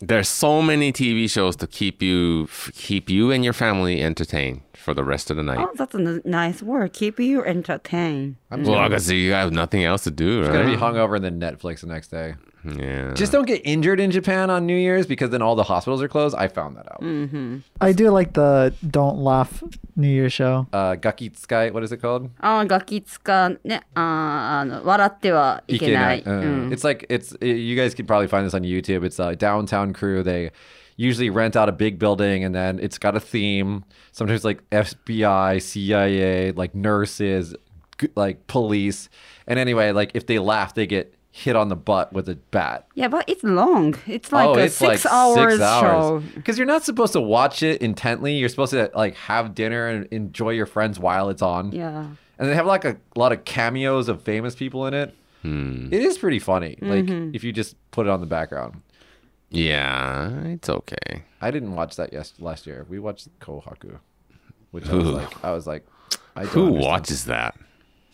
Speaker 3: There's so many TV shows to keep you f- keep you and your family entertained for the rest of the night.
Speaker 2: Oh, that's a n- nice word. Keep you entertained.
Speaker 3: well, I guess you have nothing else to do,
Speaker 1: Gonna be
Speaker 3: right?
Speaker 1: hungover and then Netflix the next day.
Speaker 3: Yeah.
Speaker 1: Just don't get injured in Japan on New Year's because then all the hospitals are closed. I found that out.
Speaker 4: I do like the don't laugh New Year show.
Speaker 1: Uh, Gakitsukai, what is it called?
Speaker 2: ああ、ガキつかね、あーあの、笑ってはいけない。
Speaker 1: Ikenai. Uh, It's like it's uh, you guys could probably find this on YouTube. It's a downtown crew. They usually rent out a big building and then it's got a theme. Sometimes like FBI, CIA, like nurses, g- like police. And anyway, like if they laugh, they get hit on the butt with a bat. Oh,
Speaker 2: Yeah, but it's long. Oh, It's like a six hours show.
Speaker 1: Because you're not supposed to watch it intently. You're supposed to like have dinner and enjoy your friends while it's on.
Speaker 2: Yeah.
Speaker 1: And they have like a lot of cameos of famous people in it.
Speaker 3: Hmm.
Speaker 1: It is pretty funny. Like if you just put it on the background.
Speaker 3: yeah, it's okay.
Speaker 1: I didn't watch that yes last year. We watched Kohaku, which I was
Speaker 3: Ooh.
Speaker 1: like, I was like, I don't
Speaker 3: Who
Speaker 1: understand.
Speaker 3: watches that?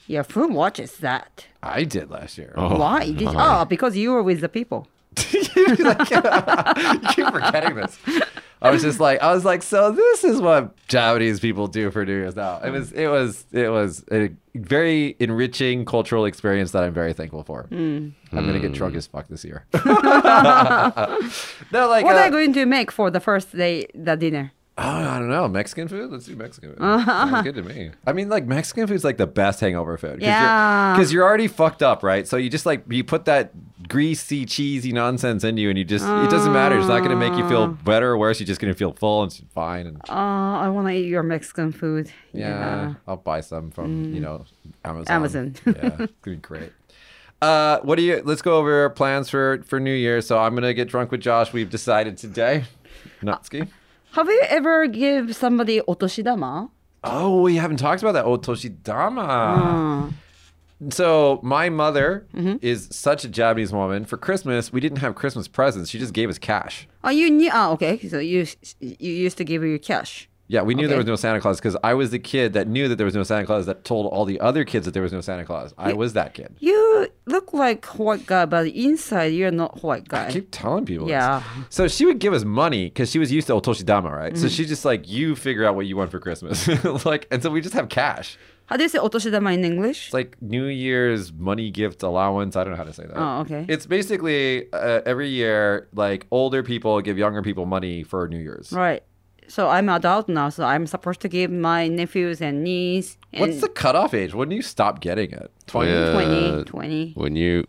Speaker 2: Yeah, who watches that?
Speaker 1: I did last year.
Speaker 2: Why? Did you, oh, because you were with the people.
Speaker 1: I keep forgetting this. I was just like, I was like, so this is what Japanese people do for New Year's now. It was, it was, it was a very enriching cultural experience that I'm very thankful for. I'm gonna get
Speaker 3: Hmm.
Speaker 1: drunk as fuck this year. no, like,
Speaker 2: What
Speaker 1: uh,
Speaker 2: are you going to make for the first day, the dinner?
Speaker 1: oh, I don't know, Mexican food. Let's do Mexican food.
Speaker 2: Uh-huh.
Speaker 1: Sounds good to me. I mean, like Mexican food's like the best hangover food.
Speaker 2: Yeah.
Speaker 1: because you're, already fucked up, right? So you just like you put that greasy, cheesy nonsense in you, and you just it doesn't matter. It's not gonna make you feel
Speaker 2: Ah.
Speaker 1: better or worse. You're just gonna feel full and fine. And
Speaker 2: Oh, I want to eat your Mexican food.
Speaker 1: yeah, I'll buy some from you know Amazon.
Speaker 2: Mm. Amazon.
Speaker 1: yeah, it's gonna be great. Uh, what do you? Let's go over our plans for for New Year. So I'm gonna get drunk with Josh. We've decided today. Natsuki.
Speaker 2: Have you ever give somebody otoshidama?
Speaker 1: Oh, we haven't talked about that.
Speaker 2: Hmm.
Speaker 1: Otoshidama. So my mother
Speaker 2: Mm-hmm.
Speaker 1: is such a Japanese woman. For Christmas, we didn't have Christmas presents. She just gave us cash.
Speaker 2: Oh, you knew. Oh, okay. So you you used to give her your cash.
Speaker 1: Yeah, we knew there
Speaker 2: Okay.
Speaker 1: was no Santa Claus because I was the kid that knew that there was no Santa Claus that told all the other kids that there was no Santa Claus. I was that kid.
Speaker 2: You look like white guy, but inside you're not white
Speaker 1: I
Speaker 2: guy.
Speaker 1: keep telling people. this.
Speaker 2: Yeah.
Speaker 1: So she would give us money because she was used to otoshidama, right? So
Speaker 2: Mm-hmm.
Speaker 1: she's just like, you figure out what you want for Christmas, like, and so we just have cash.
Speaker 2: How do you say otoshidama in English?
Speaker 1: It's like New Year's money gift allowance. I don't know how to say that.
Speaker 2: Oh, okay.
Speaker 1: It's basically uh, every year, like older people give younger people money for New Year's.
Speaker 2: Right. So I'm adult now, so I'm supposed to give my nephews and niece and
Speaker 1: What's the cutoff age? When do you stop getting it? 20?
Speaker 3: Yeah.
Speaker 2: 20,
Speaker 3: Uh,
Speaker 2: 20
Speaker 3: when you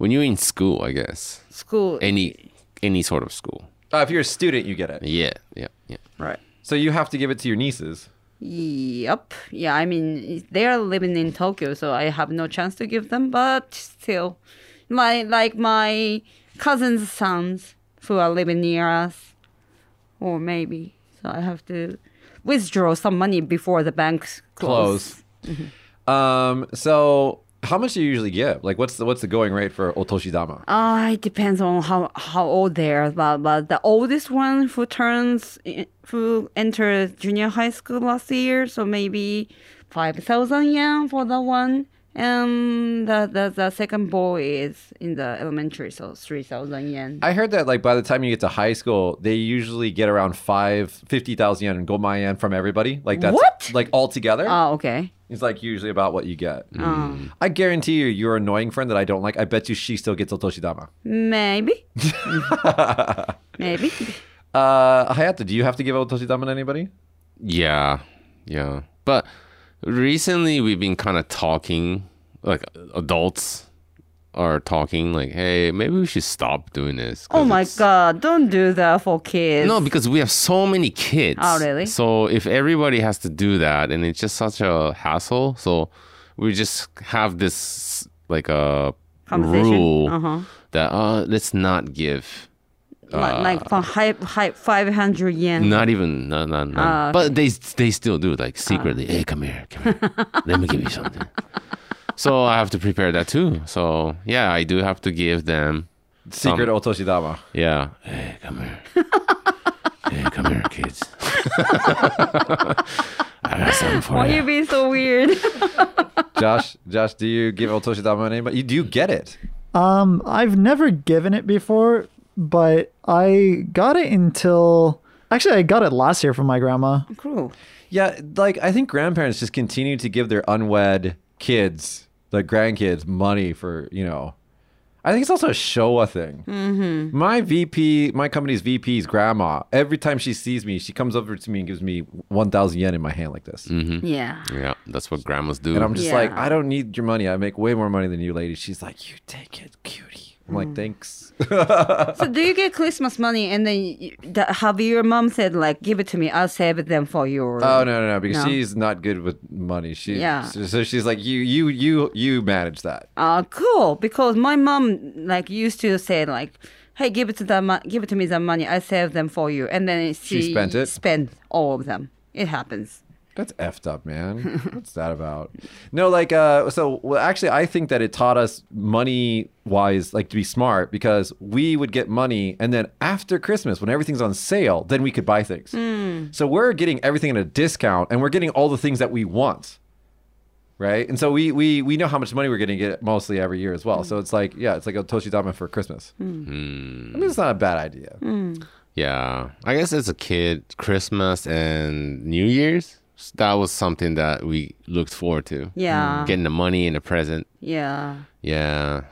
Speaker 3: when you're in school, I guess
Speaker 2: school.
Speaker 3: any any sort of school.
Speaker 1: Uh, if you're a student, you get it.
Speaker 3: Yeah, yeah, yeah.
Speaker 2: right.
Speaker 1: So you have to give it to your nieces.
Speaker 2: Yep. Yeah, I mean they are living in Tokyo, so I have no chance to give them. But still, my like my cousins' sons who are living near us, or maybe so I have to withdraw some money before the banks close.
Speaker 1: Close. Um, so how much do you usually give? Like, what's the, what's the going rate for otoshidama?
Speaker 2: Uh, it depends on how, how old they are, but, but the oldest one who turns who entered junior high school last year, so maybe five thousand yen for that one, and the, the the second boy is in the elementary, so three thousand yen.
Speaker 1: I heard that like by the time you get to high school, they usually get around five fifty thousand yen and goma yen from everybody. Like that's
Speaker 2: What?
Speaker 1: like all together.
Speaker 2: Oh, okay.
Speaker 1: It's like usually about what you get. I guarantee you, your annoying friend that I don't like, I bet you she still gets otoshidama.
Speaker 2: Maybe. maybe.
Speaker 1: Uh, Hayato, do you have to give otoshidama to anybody?
Speaker 3: Yeah, yeah. But recently we've been kind of talking, like adults are talking, like, hey, maybe we should stop doing this. 'cause
Speaker 2: Oh my
Speaker 3: it's-
Speaker 2: god, don't do that for kids.
Speaker 3: No, because we have so many kids.
Speaker 2: Oh, really?
Speaker 3: So if everybody has to do that, and it's just such a hassle, so we just have this like a
Speaker 2: Conversation?
Speaker 3: rule
Speaker 2: Uh-huh.
Speaker 3: that uh, let's not give
Speaker 2: like, like from high, high, 500 yen.
Speaker 3: Ah. Not even, no, no, no.
Speaker 2: Ah,
Speaker 3: But they they still do
Speaker 2: Oh.
Speaker 3: like secretly. Hey, come here, come here. Let me give you something. So I have to prepare that too. So yeah, I do have to give them.
Speaker 1: Secret otoshidama.
Speaker 3: Yeah. Hey, come here. hey, come here, kids. I got something for
Speaker 2: Why
Speaker 3: you.
Speaker 2: you being so weird?
Speaker 1: Josh, Josh, do you give otoshidama to anybody? You, do you get it?
Speaker 4: Um, I've never given it before, but I got it until actually I got it last year from my grandma.
Speaker 2: Cool.
Speaker 1: Yeah, like I think grandparents just continue to give their unwed kids, the grandkids, money for you know. I think it's also a Showa thing. Mm-hmm. My VP, my company's VP's grandma, every time she sees me, she comes over to me and gives me 1,000 yen in my hand like this.
Speaker 2: Yeah.
Speaker 3: Yeah, that's what grandmas do.
Speaker 1: And I'm just like,
Speaker 2: Yeah.
Speaker 1: I don't need your money. I make way more money than you, lady. She's like, you take it, cutie. I'm
Speaker 2: Mm.
Speaker 1: like, thanks.
Speaker 2: So do you get Christmas money and then you, the, have your mom said like give it to me? I'll save them for your.
Speaker 1: Oh no, no, no! Because
Speaker 2: No.
Speaker 1: she's not good with money. She,
Speaker 2: Yeah.
Speaker 1: so, so she's like, you, you, you, you manage that.
Speaker 2: Uh, cool. Because my mom like used to say like, hey, give it to the mo- give it to me the money. I save them for you. And then she,
Speaker 1: spent it?
Speaker 2: Spent all of them. It happens.
Speaker 1: That's effed up, man. What's that about? No, like, uh, so well, actually, I think that it taught us money wise, like to be smart because we would get money, and then after Christmas, when everything's on sale, then we could buy things. So we're getting everything at a discount, and we're getting all the things that we want, right? And so we we we know how much money we're going to get mostly every year as well. So it's like, yeah, it's like a toshidama for Christmas. I mean, it's not a bad idea.
Speaker 3: yeah, I guess as a kid, Christmas and New Year's, that was something that we looked forward to.
Speaker 2: Yeah.
Speaker 3: Getting the money and the present.
Speaker 2: Yeah.
Speaker 3: Yeah.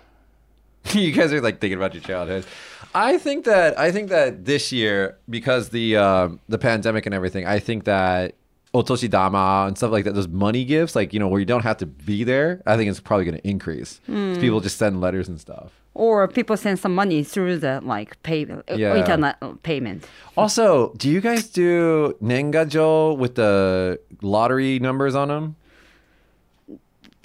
Speaker 1: you guys are like thinking about your childhood. I think that I think that this year, because the um, the pandemic and everything, I think that otoshidama and stuff like that, those money gifts, like you know, where you don't have to be there, I think it's probably going to increase. 'Cause People just send letters and stuff.
Speaker 2: Or people send some money through the like pay uh,
Speaker 1: Yeah.
Speaker 2: internet payment.
Speaker 1: Also, do you guys do nengajo with the lottery numbers on them?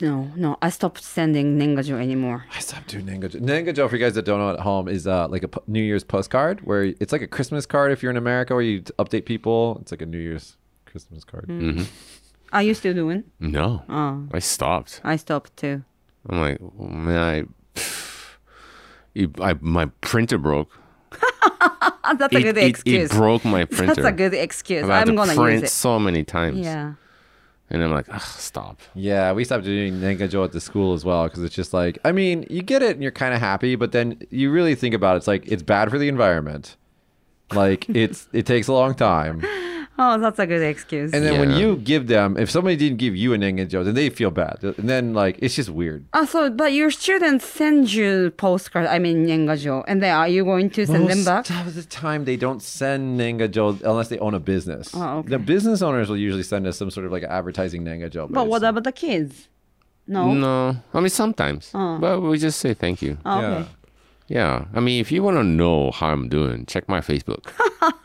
Speaker 2: no, no. I stopped sending Ningajo anymore.
Speaker 1: I stopped doing Nengajo. Nengajo, for you guys that don't know at home, is uh, like a p- New Year's postcard where it's like a Christmas card if you're in America where you t- update people. It's like a New Year's Christmas card.
Speaker 2: Are you still doing?
Speaker 3: No,
Speaker 2: Oh.
Speaker 3: I stopped.
Speaker 2: I stopped too.
Speaker 3: I'm like, oh, man, I, it, I my printer broke.
Speaker 2: Ah, that's a
Speaker 3: It,
Speaker 2: good
Speaker 3: it- it
Speaker 2: excuse.
Speaker 3: broke my printer.
Speaker 2: that's a good excuse.
Speaker 3: I've had
Speaker 2: I'm
Speaker 3: to
Speaker 2: gonna
Speaker 3: print
Speaker 2: use it.
Speaker 3: so many times.
Speaker 2: Yeah.
Speaker 3: And I'm like, Ugh, stop.
Speaker 1: Yeah, we stopped doing Nengajo at the school as well because it's just like, I mean, you get it and you're kind of happy, but then you really think about it, it's like it's bad for the environment. Like it's it takes a long time,
Speaker 2: Oh, that's a good excuse.
Speaker 1: and then when
Speaker 3: Yeah.
Speaker 1: you give them, if somebody didn't give you a Nengajo, then they feel bad, and then like it's just weird.
Speaker 2: Ah, so but your students send you postcard. I mean, Nengajo, and then are you going to send them back?
Speaker 1: Most of the time, they don't send Nengajo unless they own a business.
Speaker 2: Oh, okay.
Speaker 1: The business owners will usually send us some sort of like advertising Nengajo.
Speaker 2: But what
Speaker 1: it's-
Speaker 2: about the kids? No.
Speaker 3: No, I mean sometimes, but we just say thank you.
Speaker 2: Oh,
Speaker 1: Yeah.
Speaker 2: okay.
Speaker 3: Yeah, I mean, if you want to know how I'm doing, check my Facebook.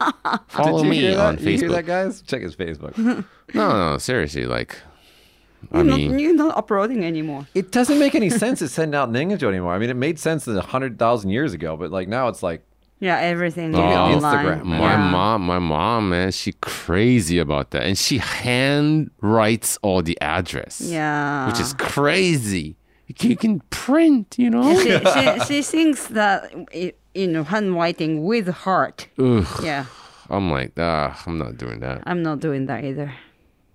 Speaker 1: Did
Speaker 3: Follow
Speaker 1: you
Speaker 3: me
Speaker 1: hear that?
Speaker 3: on
Speaker 1: You hear that,
Speaker 3: Facebook.
Speaker 1: guys? Check his Facebook.
Speaker 3: No, no, seriously, like, I
Speaker 2: You're not,
Speaker 3: mean,
Speaker 2: you're not uploading anymore.
Speaker 1: it doesn't make any sense to send out Nengajo anymore. I mean, it made sense a hundred thousand years ago, but like now it's like
Speaker 2: Yeah, everything is
Speaker 3: Oh,
Speaker 2: online.
Speaker 1: Instagram,
Speaker 3: my
Speaker 2: yeah.
Speaker 3: mom, my mom, man, she crazy about that, and she hand writes all the address.
Speaker 2: Yeah.
Speaker 3: which is crazy. You can, you can print, you know.
Speaker 2: she, she, she thinks that y- you know handwriting with heart.
Speaker 3: Ugh,
Speaker 2: Yeah,
Speaker 3: I'm like, ah, I'm not doing that.
Speaker 2: I'm not doing that either.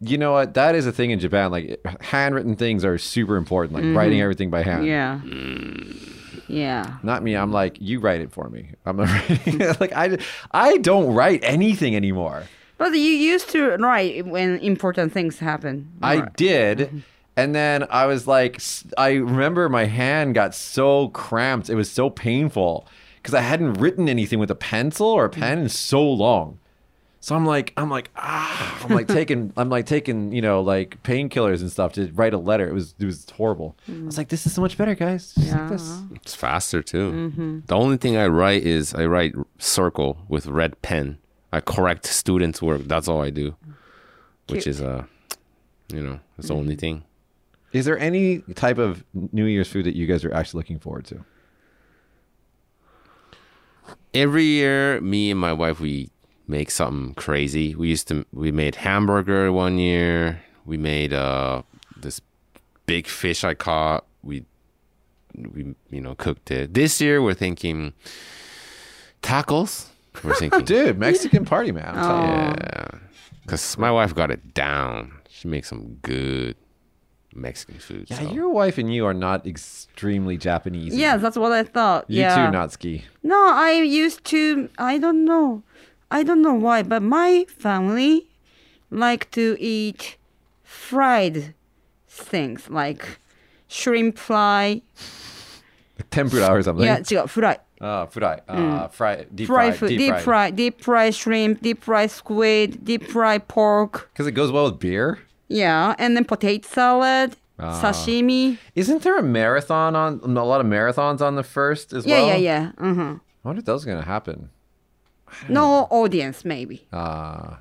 Speaker 1: you know what? That is a thing in Japan. Like handwritten things are super important. Like writing everything by hand.
Speaker 2: Yeah,
Speaker 3: Mm.
Speaker 2: yeah.
Speaker 1: Not me. I'm like you write it for me. I'm not writing. like I, I don't write anything anymore.
Speaker 2: But you used to write when important things happen.
Speaker 1: I
Speaker 2: Right. Mm-hmm.
Speaker 1: did. And then I was like, s- I remember my hand got so cramped. It was so painful because I hadn't written anything with a pencil or a
Speaker 2: Mm-hmm.
Speaker 1: pen in so long. So I'm like, I'm like, ah, I'm like taking, I'm like taking, you know, like painkillers and stuff to write a letter. It was, it was horrible. I
Speaker 2: Mm-hmm.
Speaker 1: was like, this is so much better, guys. Just like this.
Speaker 3: It's faster too.
Speaker 2: Mm-hmm.
Speaker 3: The only thing I write is I write circle with red pen. I correct students' work. That's all I do, which is uh, you know, it's the
Speaker 2: Mm-hmm.
Speaker 3: only thing.
Speaker 1: Is there any type of New Year's food that you guys are actually looking forward to?
Speaker 3: every year me and my wife we make something crazy we used to we made hamburger one year we made uh this big fish i caught we we you know cooked it this year we're thinking tacos we're thinking
Speaker 1: Dude, Mexican party, man. I'm telling you.
Speaker 3: yeah because my wife got it down she makes some good mexican food
Speaker 1: Yeah,
Speaker 3: so.
Speaker 1: your wife and you are not extremely Japanese.
Speaker 2: Yeah, that's what I thought.
Speaker 1: You
Speaker 2: yeah.
Speaker 1: too, Natsuki.
Speaker 2: No, I used to. I don't know. I don't know why, but my family like to eat fried things like shrimp fry.
Speaker 1: Tempura or something.
Speaker 2: Yeah, 違う fry.
Speaker 1: Uh, fry, uh, fry, deep
Speaker 2: Fried
Speaker 1: fry,
Speaker 2: food,
Speaker 1: deep
Speaker 2: deep
Speaker 1: fry.
Speaker 2: fry, deep fry shrimp, deep fry squid, deep fry pork.
Speaker 1: Because it goes well with beer.
Speaker 2: Yeah, and then potato salad,
Speaker 1: Ah.
Speaker 2: sashimi.
Speaker 1: Isn't there a marathon on a lot of marathons on the first as
Speaker 2: Yeah,
Speaker 1: well?
Speaker 2: yeah, yeah. Uh-huh.
Speaker 1: I wonder if that's gonna happen.
Speaker 2: No audience, maybe.
Speaker 1: Ah.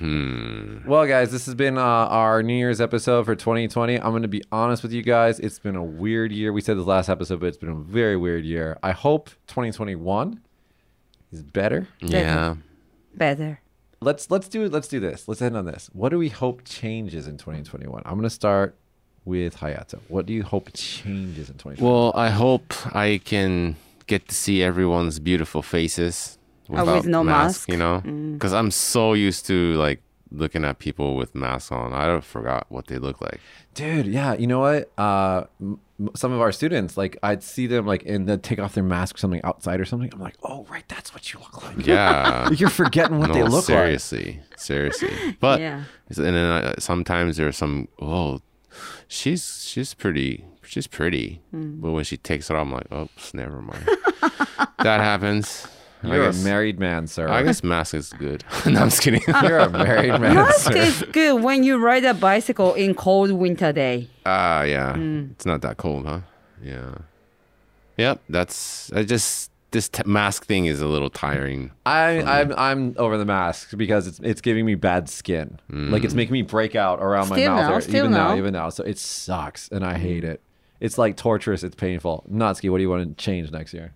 Speaker 1: Well, guys, this has been uh, our New Year's episode for 2020. I'm gonna be honest with you guys. It's been a weird year. We said this last episode, but it's been a very weird year. I hope 2021 is better.
Speaker 3: yeah
Speaker 2: Better.
Speaker 1: Let's let's do let's do this. Let's end on this. What do we hope changes in 2021? I'm gonna start with Hayato. What do you hope changes in 2021?
Speaker 3: Well, I hope I can get to see everyone's beautiful faces
Speaker 2: Oh, with
Speaker 3: without
Speaker 2: no mask. Mm.
Speaker 3: You know, because I'm so used to like looking at people with masks on. I don't forgot what they look like.
Speaker 1: Dude, yeah, you know what? Uh, m- m- some of our students, like, I'd see them like, and they'd take off their mask or something outside or something. I'm like, oh, right, that's what you look like.
Speaker 3: Yeah.
Speaker 1: You're forgetting what
Speaker 3: no,
Speaker 1: they look
Speaker 3: seriously, seriously. But
Speaker 2: Yeah.
Speaker 3: and then I, sometimes there's some. Oh, she's she's pretty. She's pretty.
Speaker 2: Mm.
Speaker 3: But when she takes it off, I'm like, oops, never mind. that happens.
Speaker 1: like.
Speaker 3: I
Speaker 1: You're a
Speaker 3: guess,
Speaker 1: married man, sir.
Speaker 3: I guess mask is good. no, I'm just kidding.
Speaker 1: You're a married man,
Speaker 2: Mask
Speaker 1: sir.
Speaker 2: is good when you ride a bicycle in cold winter day.
Speaker 3: Ah,
Speaker 1: Hmm.
Speaker 3: yeah. It's not that cold, huh? Yeah. Yep. That's. I just this t- mask thing is a little tiring.
Speaker 1: I, I'm I'm over the mask because it's it's giving me bad skin. Like it's making me break out around my
Speaker 2: Still
Speaker 1: mouth
Speaker 2: now,
Speaker 1: area,
Speaker 2: still
Speaker 1: even now,
Speaker 2: now.
Speaker 1: even now. So it sucks and I hate it. It's like torturous. It's painful. Natsuki, what do you want to change next year?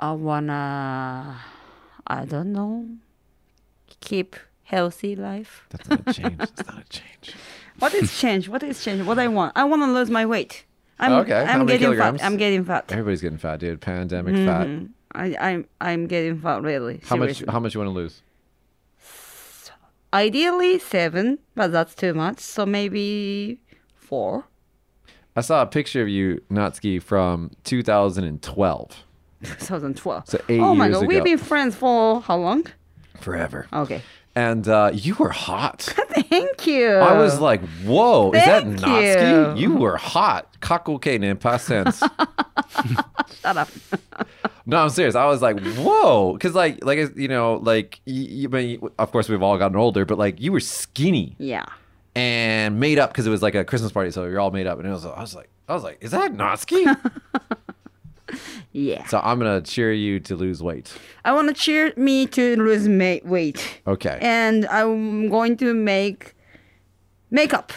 Speaker 2: I wanna, I don't know, keep healthy life.
Speaker 1: That's not a change. That's not a change.
Speaker 2: What is change? What is change? What I want? I want to lose my weight. I'm,
Speaker 1: Okay, how
Speaker 2: I'm
Speaker 1: many
Speaker 2: getting
Speaker 1: kilograms?
Speaker 2: fat. I'm getting fat.
Speaker 1: Everybody's getting fat, dude. Pandemic
Speaker 2: Mm-hmm.
Speaker 1: fat.
Speaker 2: I, I'm I'm getting fat really.
Speaker 1: How much?
Speaker 2: seriously.
Speaker 1: How much you want to lose?
Speaker 2: Ideally seven, but that's too much. So maybe four.
Speaker 1: I saw a picture of you, Natsuki, from 2012.
Speaker 2: 2012.
Speaker 1: So eight
Speaker 2: oh my
Speaker 1: years
Speaker 2: god, we've
Speaker 1: ago.
Speaker 2: been friends for how long?
Speaker 1: Forever.
Speaker 2: Okay.
Speaker 1: And uh, you were hot.
Speaker 2: Thank you.
Speaker 1: I was like, whoa, is that
Speaker 2: Thank
Speaker 1: Natsuki? You.
Speaker 2: you.
Speaker 1: were hot. Kakukane in past tense.
Speaker 2: shut up.
Speaker 1: no, I'm serious. I was like, whoa. Because, like, like you know, like, you, you, but you- of course, we've all gotten older, but like, you were skinny
Speaker 2: Yeah.
Speaker 1: and made up because it was like a Christmas party. So you're all made up. And it was, I was like, I was like, is that Natsuki?
Speaker 2: Yeah.
Speaker 1: so I'm going to cheer you to lose weight.
Speaker 2: I want to cheer me to lose ma- weight.
Speaker 1: Okay.
Speaker 2: And I'm going to make makeup.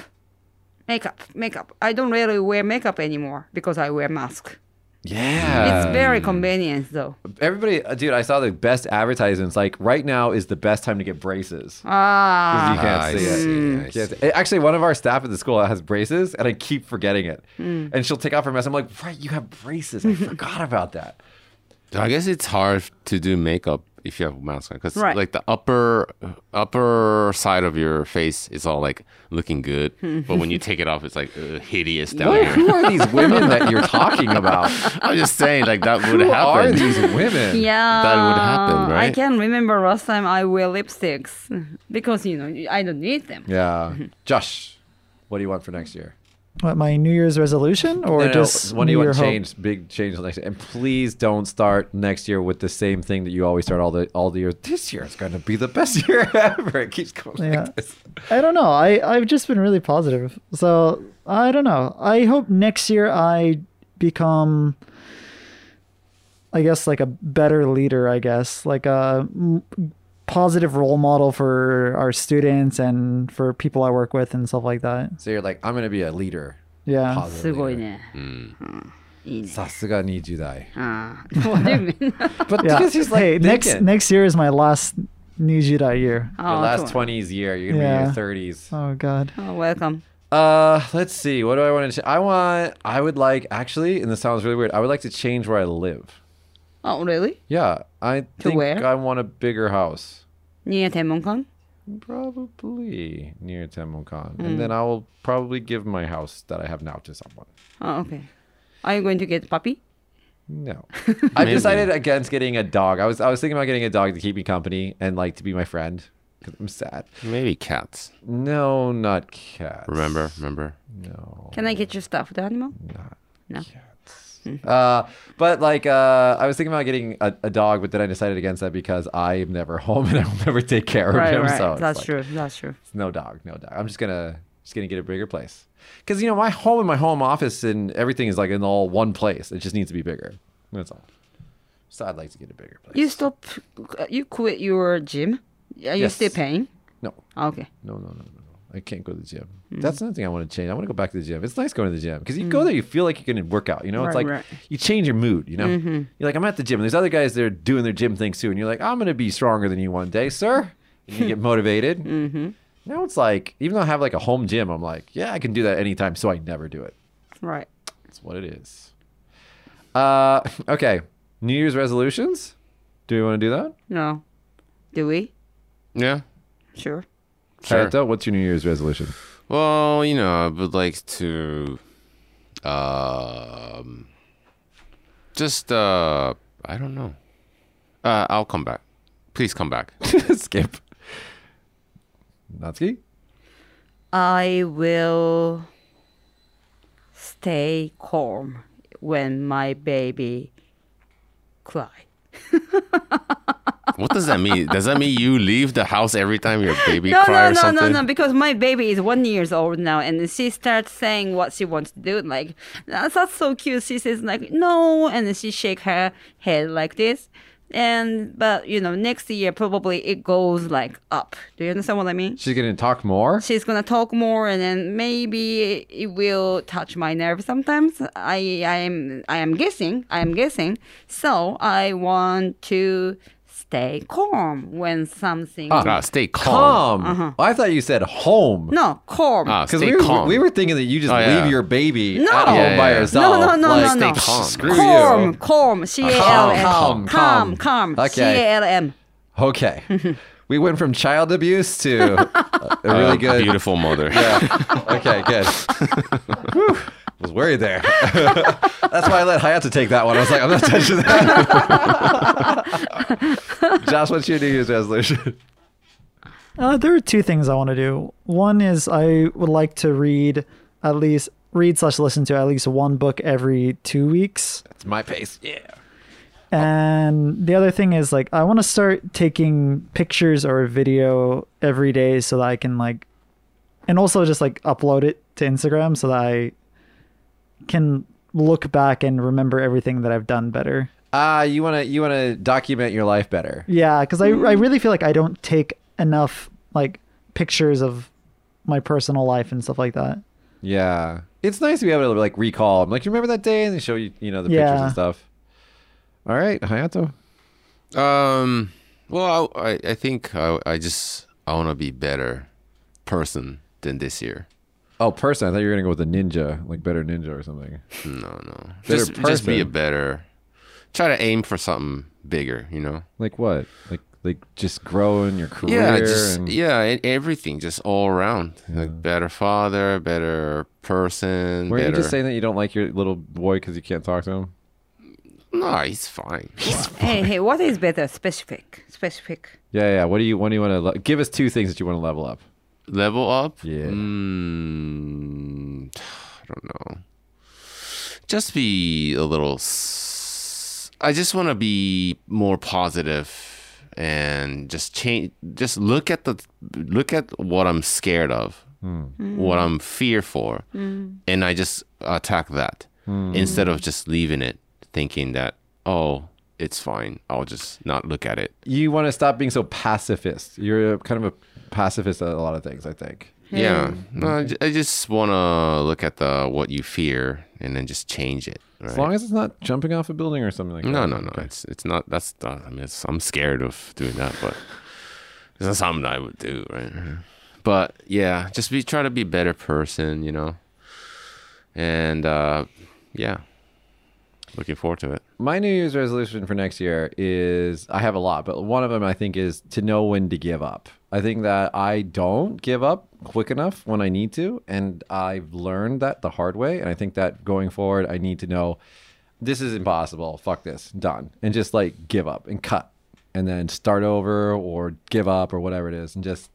Speaker 2: Makeup, makeup. I don't really wear makeup anymore because I wear mask.
Speaker 1: yeah.
Speaker 3: Um,
Speaker 2: it's very convenient though.
Speaker 1: Everybody, uh, dude, I saw the best advertisements. Like, right now is the best time to get braces.
Speaker 2: Ah,
Speaker 1: you can't
Speaker 3: I
Speaker 1: see it.
Speaker 3: see, I
Speaker 1: Yes.
Speaker 3: see.
Speaker 1: Actually, one of our staff at the school has braces, and I keep forgetting it. And she'll take off her mask. I'm like, right, you have braces. I forgot about that.
Speaker 3: I guess it's hard to do makeup if you have a mask on because
Speaker 2: Right.
Speaker 3: like the upper upper side of your face is all like looking good,
Speaker 1: Hmm.
Speaker 3: but when you take it off, it's like uh, hideous down
Speaker 1: What?
Speaker 3: here.
Speaker 1: Who are these women that you're talking about?
Speaker 3: I'm just saying, like that would
Speaker 1: Who are
Speaker 3: happen.
Speaker 1: these women?
Speaker 2: yeah.
Speaker 3: That would happen,
Speaker 2: I
Speaker 3: right?
Speaker 2: can remember last time I wear lipsticks because you know I don't need them.
Speaker 1: Yeah. Josh, what do you want for next year?
Speaker 4: What, my New Year's resolution
Speaker 1: No,
Speaker 4: or
Speaker 1: no, no.
Speaker 4: just
Speaker 1: what do
Speaker 4: New
Speaker 1: you want
Speaker 4: Year hope?
Speaker 1: change? Big change next year. And please don't start next year with the same thing that you always start all the all the years. This year is going to be the best year ever. It keeps going
Speaker 4: Yeah.
Speaker 1: like this.
Speaker 4: I don't know. I I've just been really positive. So I don't know. I hope next year I become, I guess, like a better leader. I guess like a m- positive role model for our students and for people I work with and stuff like that.
Speaker 1: So you're like, I'm going to be a leader.
Speaker 4: Yeah.
Speaker 1: Positive
Speaker 2: すごい
Speaker 1: leader.
Speaker 2: ね。
Speaker 3: Hmm.
Speaker 2: いいね。
Speaker 1: Sasuga need you die.
Speaker 2: あー Ah, What do you mean?
Speaker 1: But
Speaker 4: Yeah.
Speaker 1: because he's like
Speaker 4: hey, next
Speaker 1: thinking.
Speaker 4: next year is my last Nijira
Speaker 1: your
Speaker 4: year.
Speaker 2: あーそう
Speaker 1: last twenties year, you're gonna
Speaker 4: Yeah.
Speaker 1: be in your 30s.
Speaker 4: Oh God.
Speaker 2: Oh, welcome.
Speaker 1: Uh, let's see. What do I want to? Ch- I want. I would like actually, and this sounds really weird. I would like to change where I live.
Speaker 2: Oh, really?
Speaker 1: Yeah, I think
Speaker 2: where?
Speaker 1: I want a bigger house,
Speaker 2: 新谷天文館
Speaker 1: probably near Temukan, and then I will probably give my house that I have now to someone.
Speaker 2: Oh, okay. Are you going to get puppy?
Speaker 1: No, I decided against getting a dog. I was I was thinking about getting a dog to keep me company and like to be my friend. i I'm sad.
Speaker 3: Maybe cats.
Speaker 1: No, not cats.
Speaker 3: Remember, remember.
Speaker 1: No.
Speaker 2: Can I get you stuffed animal? No. Mm-hmm.
Speaker 1: Uh, but like, uh, I was thinking about getting a, a dog, but then I decided against that because I am never home and I will never take care of
Speaker 2: Right,
Speaker 1: him.
Speaker 2: right.
Speaker 1: So it's
Speaker 2: That's
Speaker 1: like,
Speaker 2: true. That's true.
Speaker 1: it's no dog, no dog. I'm just gonna just gonna get a bigger place because you know my home and my home office and everything is like in all one place. It just needs to be bigger. That's all. So I'd like to get a bigger place.
Speaker 2: You stop. You quit your gym. Are you
Speaker 1: Yes.
Speaker 2: still paying?
Speaker 1: no,
Speaker 2: Okay.
Speaker 1: no, no, no, no. no. I can't go to the gym.
Speaker 2: Hmm.
Speaker 1: That's another thing I want to change. I want to go back to the gym. It's nice going to the gym because you go there, you feel like you're going to work out. You know, it's
Speaker 2: Right, Mm-hmm.
Speaker 1: like
Speaker 2: right.
Speaker 1: you change your mood. You know, you're like, I'm at the gym. And there's other guys that are doing their gym things too, and you're like, I'm going to be stronger than you one day, sir. And you get motivated. mm-hmm. Now it's like, even though I have like a home gym, I'm like, yeah, I can do that anytime. So I never do it.
Speaker 2: Right.
Speaker 1: That's what it is. Uh, okay. New Year's resolutions. Do we want to do that?
Speaker 2: No. Do we?
Speaker 3: Yeah.
Speaker 2: Sure.
Speaker 3: Sure.
Speaker 1: Kaito, what's your New Year's resolution?
Speaker 3: Well, you know, I would like to, um, just uh, I don't know. Uh, I'll come back. Please come back.
Speaker 1: Skip. Natsuki?
Speaker 2: I will stay calm when my baby cry.
Speaker 3: What does that mean? Does that mean you leave the house every time your baby
Speaker 2: No,
Speaker 3: cry
Speaker 2: no,
Speaker 3: or
Speaker 2: no, no,
Speaker 3: something?
Speaker 2: no. Because my baby is one years old now, and she starts saying what she wants to do. Like that's, that's so cute. She says like no, and then she shake her head like this. And but you know, next year probably it goes like up. Do you understand what I mean?
Speaker 1: She's gonna talk more.
Speaker 2: She's gonna talk more, and then maybe it will touch my nerve sometimes. I I am I am guessing. I am guessing. So I want to stay calm when something.
Speaker 3: Ah, stay calm.
Speaker 1: Calm. I thought you said home.
Speaker 2: Uh-huh. No, calm.
Speaker 3: Ah,
Speaker 1: Because
Speaker 3: stay
Speaker 1: we, were-
Speaker 3: calm.
Speaker 1: we were thinking that you just
Speaker 3: Oh, yeah.
Speaker 1: leave your baby
Speaker 2: No.
Speaker 1: at home
Speaker 3: Yeah,
Speaker 1: by
Speaker 3: yeah.
Speaker 1: herself.
Speaker 2: No, no, no,
Speaker 1: like,
Speaker 2: no, no.
Speaker 3: Stay calm.
Speaker 1: Screw
Speaker 2: Calm,
Speaker 1: you. Uh,
Speaker 2: calm, C A L M,
Speaker 1: Calm, calm,
Speaker 2: calm,
Speaker 1: calm.
Speaker 2: C A L M.
Speaker 1: Okay. we went from child abuse to a
Speaker 3: Uh,
Speaker 1: really good.
Speaker 3: Beautiful mother.
Speaker 1: Yeah. Okay, good. Whew. I was worried there. That's why I let Hayato take that one. I was like, I'm not touching that. Josh, what's your New Year's resolution?
Speaker 4: Uh, there are two things I want to do. One is I would like to read at least read slash listen to at least one book every two weeks.
Speaker 1: It's my pace. Yeah.
Speaker 4: And the other thing is like I want to start taking pictures or video every day so that I can like and also just like upload it to Instagram so that I can look back and remember everything that I've done better.
Speaker 1: Uh, you wanna you wanna document your life better.
Speaker 4: Yeah, cuz I I really feel like I don't take enough like pictures of my personal life and stuff like that.
Speaker 1: Yeah. It's nice to be able to like recall. I'm like, you remember that day? And they show you, you know, the pictures
Speaker 4: Yeah.
Speaker 1: and stuff. All right, Hayato.
Speaker 3: Um. Well, I, I think I, I just I want to be better person than this year.
Speaker 1: Oh, person. I thought you were gonna go with a ninja, like better ninja or something.
Speaker 3: No, no.
Speaker 1: Better
Speaker 3: Just, just be a
Speaker 1: person.
Speaker 3: better. Try to aim for something bigger. You know.
Speaker 1: Like what? Like like just grow in your career.
Speaker 3: Yeah, just
Speaker 1: and...
Speaker 3: yeah, e- everything, just all around. Like better father, better person.
Speaker 1: Were you
Speaker 3: better-
Speaker 1: just saying that you don't like your little boy because you can't talk to him?
Speaker 3: No, he's fine.
Speaker 2: Hey, hey, what is better? Specific, specific.
Speaker 1: Yeah, yeah. What do you What do you want to le- give us? Two things that you want to level up.
Speaker 3: Level up.
Speaker 1: Yeah.
Speaker 3: Mm, I don't know. Just be a little. s- I just want to be more positive and just change. Just look at the look at what I'm scared of, what I'm fear for, and I just attack that instead of just leaving it, thinking that oh it's fine. I'll just not look at it.
Speaker 1: You want to stop being so pacifist. You're a, kind of a pacifist at a lot of things. I think.
Speaker 3: Yeah. No, I ju- I just want to look at the what you fear and then just change it.
Speaker 1: As
Speaker 3: Right?
Speaker 1: long as it's not jumping off a building or something like
Speaker 3: no,
Speaker 1: that.
Speaker 3: no, no. It's it's not. That's not, I mean, it's, I'm scared of doing that, but it's not something I would do, right?
Speaker 1: Mm-hmm.
Speaker 3: But yeah, just be try to be a better person, you know. And uh, yeah, looking forward to it.
Speaker 1: My New Year's resolution for next year is I have a lot, but one of them I think is to know when to give up. I think that I don't give up quick enough when I need to, and I've learned that the hard way. And I think that going forward, I need to know this is impossible. Fuck this, done, and just like give up and cut, and then start over or give up or whatever it is, and just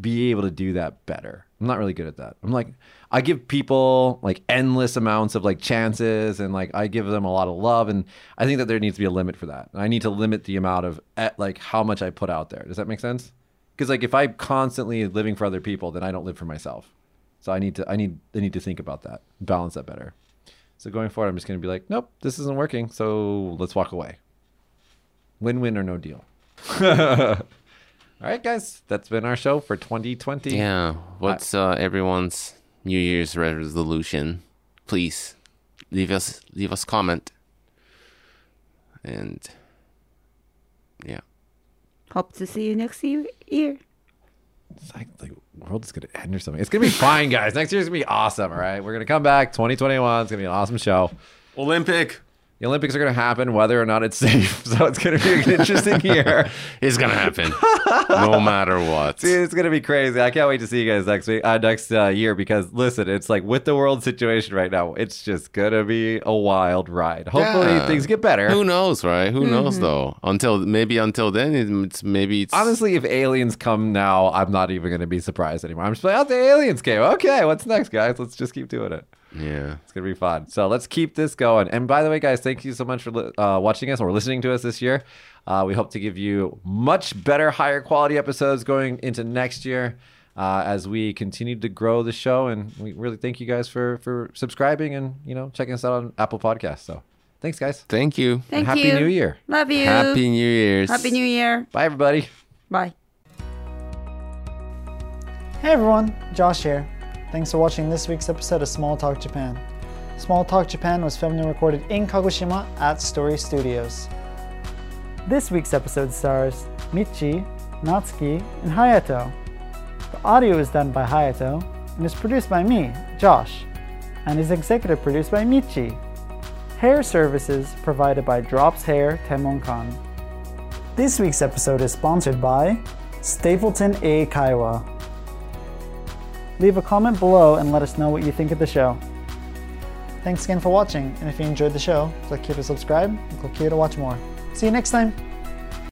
Speaker 1: be able to do that better. I'm not really good at that. I'm like I give people like endless amounts of like chances and like I give them a lot of love and I think that there needs to be a limit for that. And I need to limit the amount of at, like how much I put out there. Does that make sense? Cuz like if I'm constantly living for other people then I don't live for myself. So I need to I need I need to think about that. Balance that better. So going forward I'm just going to be like, nope, this isn't working. So let's walk away. Win-win or no deal. All right, guys, that's been our show for 2020.
Speaker 3: Yeah. What's uh, everyone's New Year's resolution? Please leave us leave us comment. And yeah.
Speaker 2: Hope to see you next year. year.
Speaker 1: It's like the world is going to end or something. It's going to be fine, guys. Next year's going to be awesome. All right. We're going to come back 2021. It's going to be an awesome show.
Speaker 3: Olympic.
Speaker 1: The Olympics are going to happen whether or not it's safe. So it's going to be an interesting year.
Speaker 3: It's gonna happen, no matter what.
Speaker 1: Dude, it's gonna be crazy. I can't wait to see you guys next week, uh, next uh, year. Because listen, it's like with the world situation right now, it's just gonna be a wild ride. Hopefully,
Speaker 3: Yeah.
Speaker 1: things get better.
Speaker 3: Who knows, right? Who knows
Speaker 2: Mm-hmm.
Speaker 3: though? Until maybe until then, it- it's maybe it's
Speaker 1: Honestly, if aliens come now, I'm not even gonna be surprised anymore. I'm just like, oh, the aliens came. Okay, what's next, guys? Let's just keep doing it.
Speaker 3: Yeah.
Speaker 1: It's gonna be fun. So let's keep this going. And by the way, guys, thank you so much for li- uh, watching us or listening to us this year. Uh, we hope to give you much better, higher quality episodes going into next year uh, as we continue to grow the show. And we really thank you guys for for subscribing and you know checking us out on Apple Podcasts. So thanks, guys.
Speaker 3: Thank you.
Speaker 2: Thank
Speaker 1: Happy
Speaker 2: you.
Speaker 1: New Year.
Speaker 2: Love you.
Speaker 3: Happy New Year's.
Speaker 2: Happy New Year.
Speaker 1: Bye, everybody.
Speaker 2: Bye.
Speaker 4: Hey everyone, Josh here. Thanks for watching this week's episode of Small Talk Japan. Small Talk Japan was filmed and recorded in Kagoshima at Story Studios. This week's episode stars Michi, Natsuki, and Hayato. The audio is done by Hayato and is produced by me, Josh, and is executive produced by Michi. Hair services provided by Drops Hair Temonkan. This week's episode is sponsored by Stapleton A. Kaiwa. Leave a comment below and let us know what you think of the show. Thanks again for watching, and if you enjoyed the show, click here to subscribe and click here to watch more. See you next time!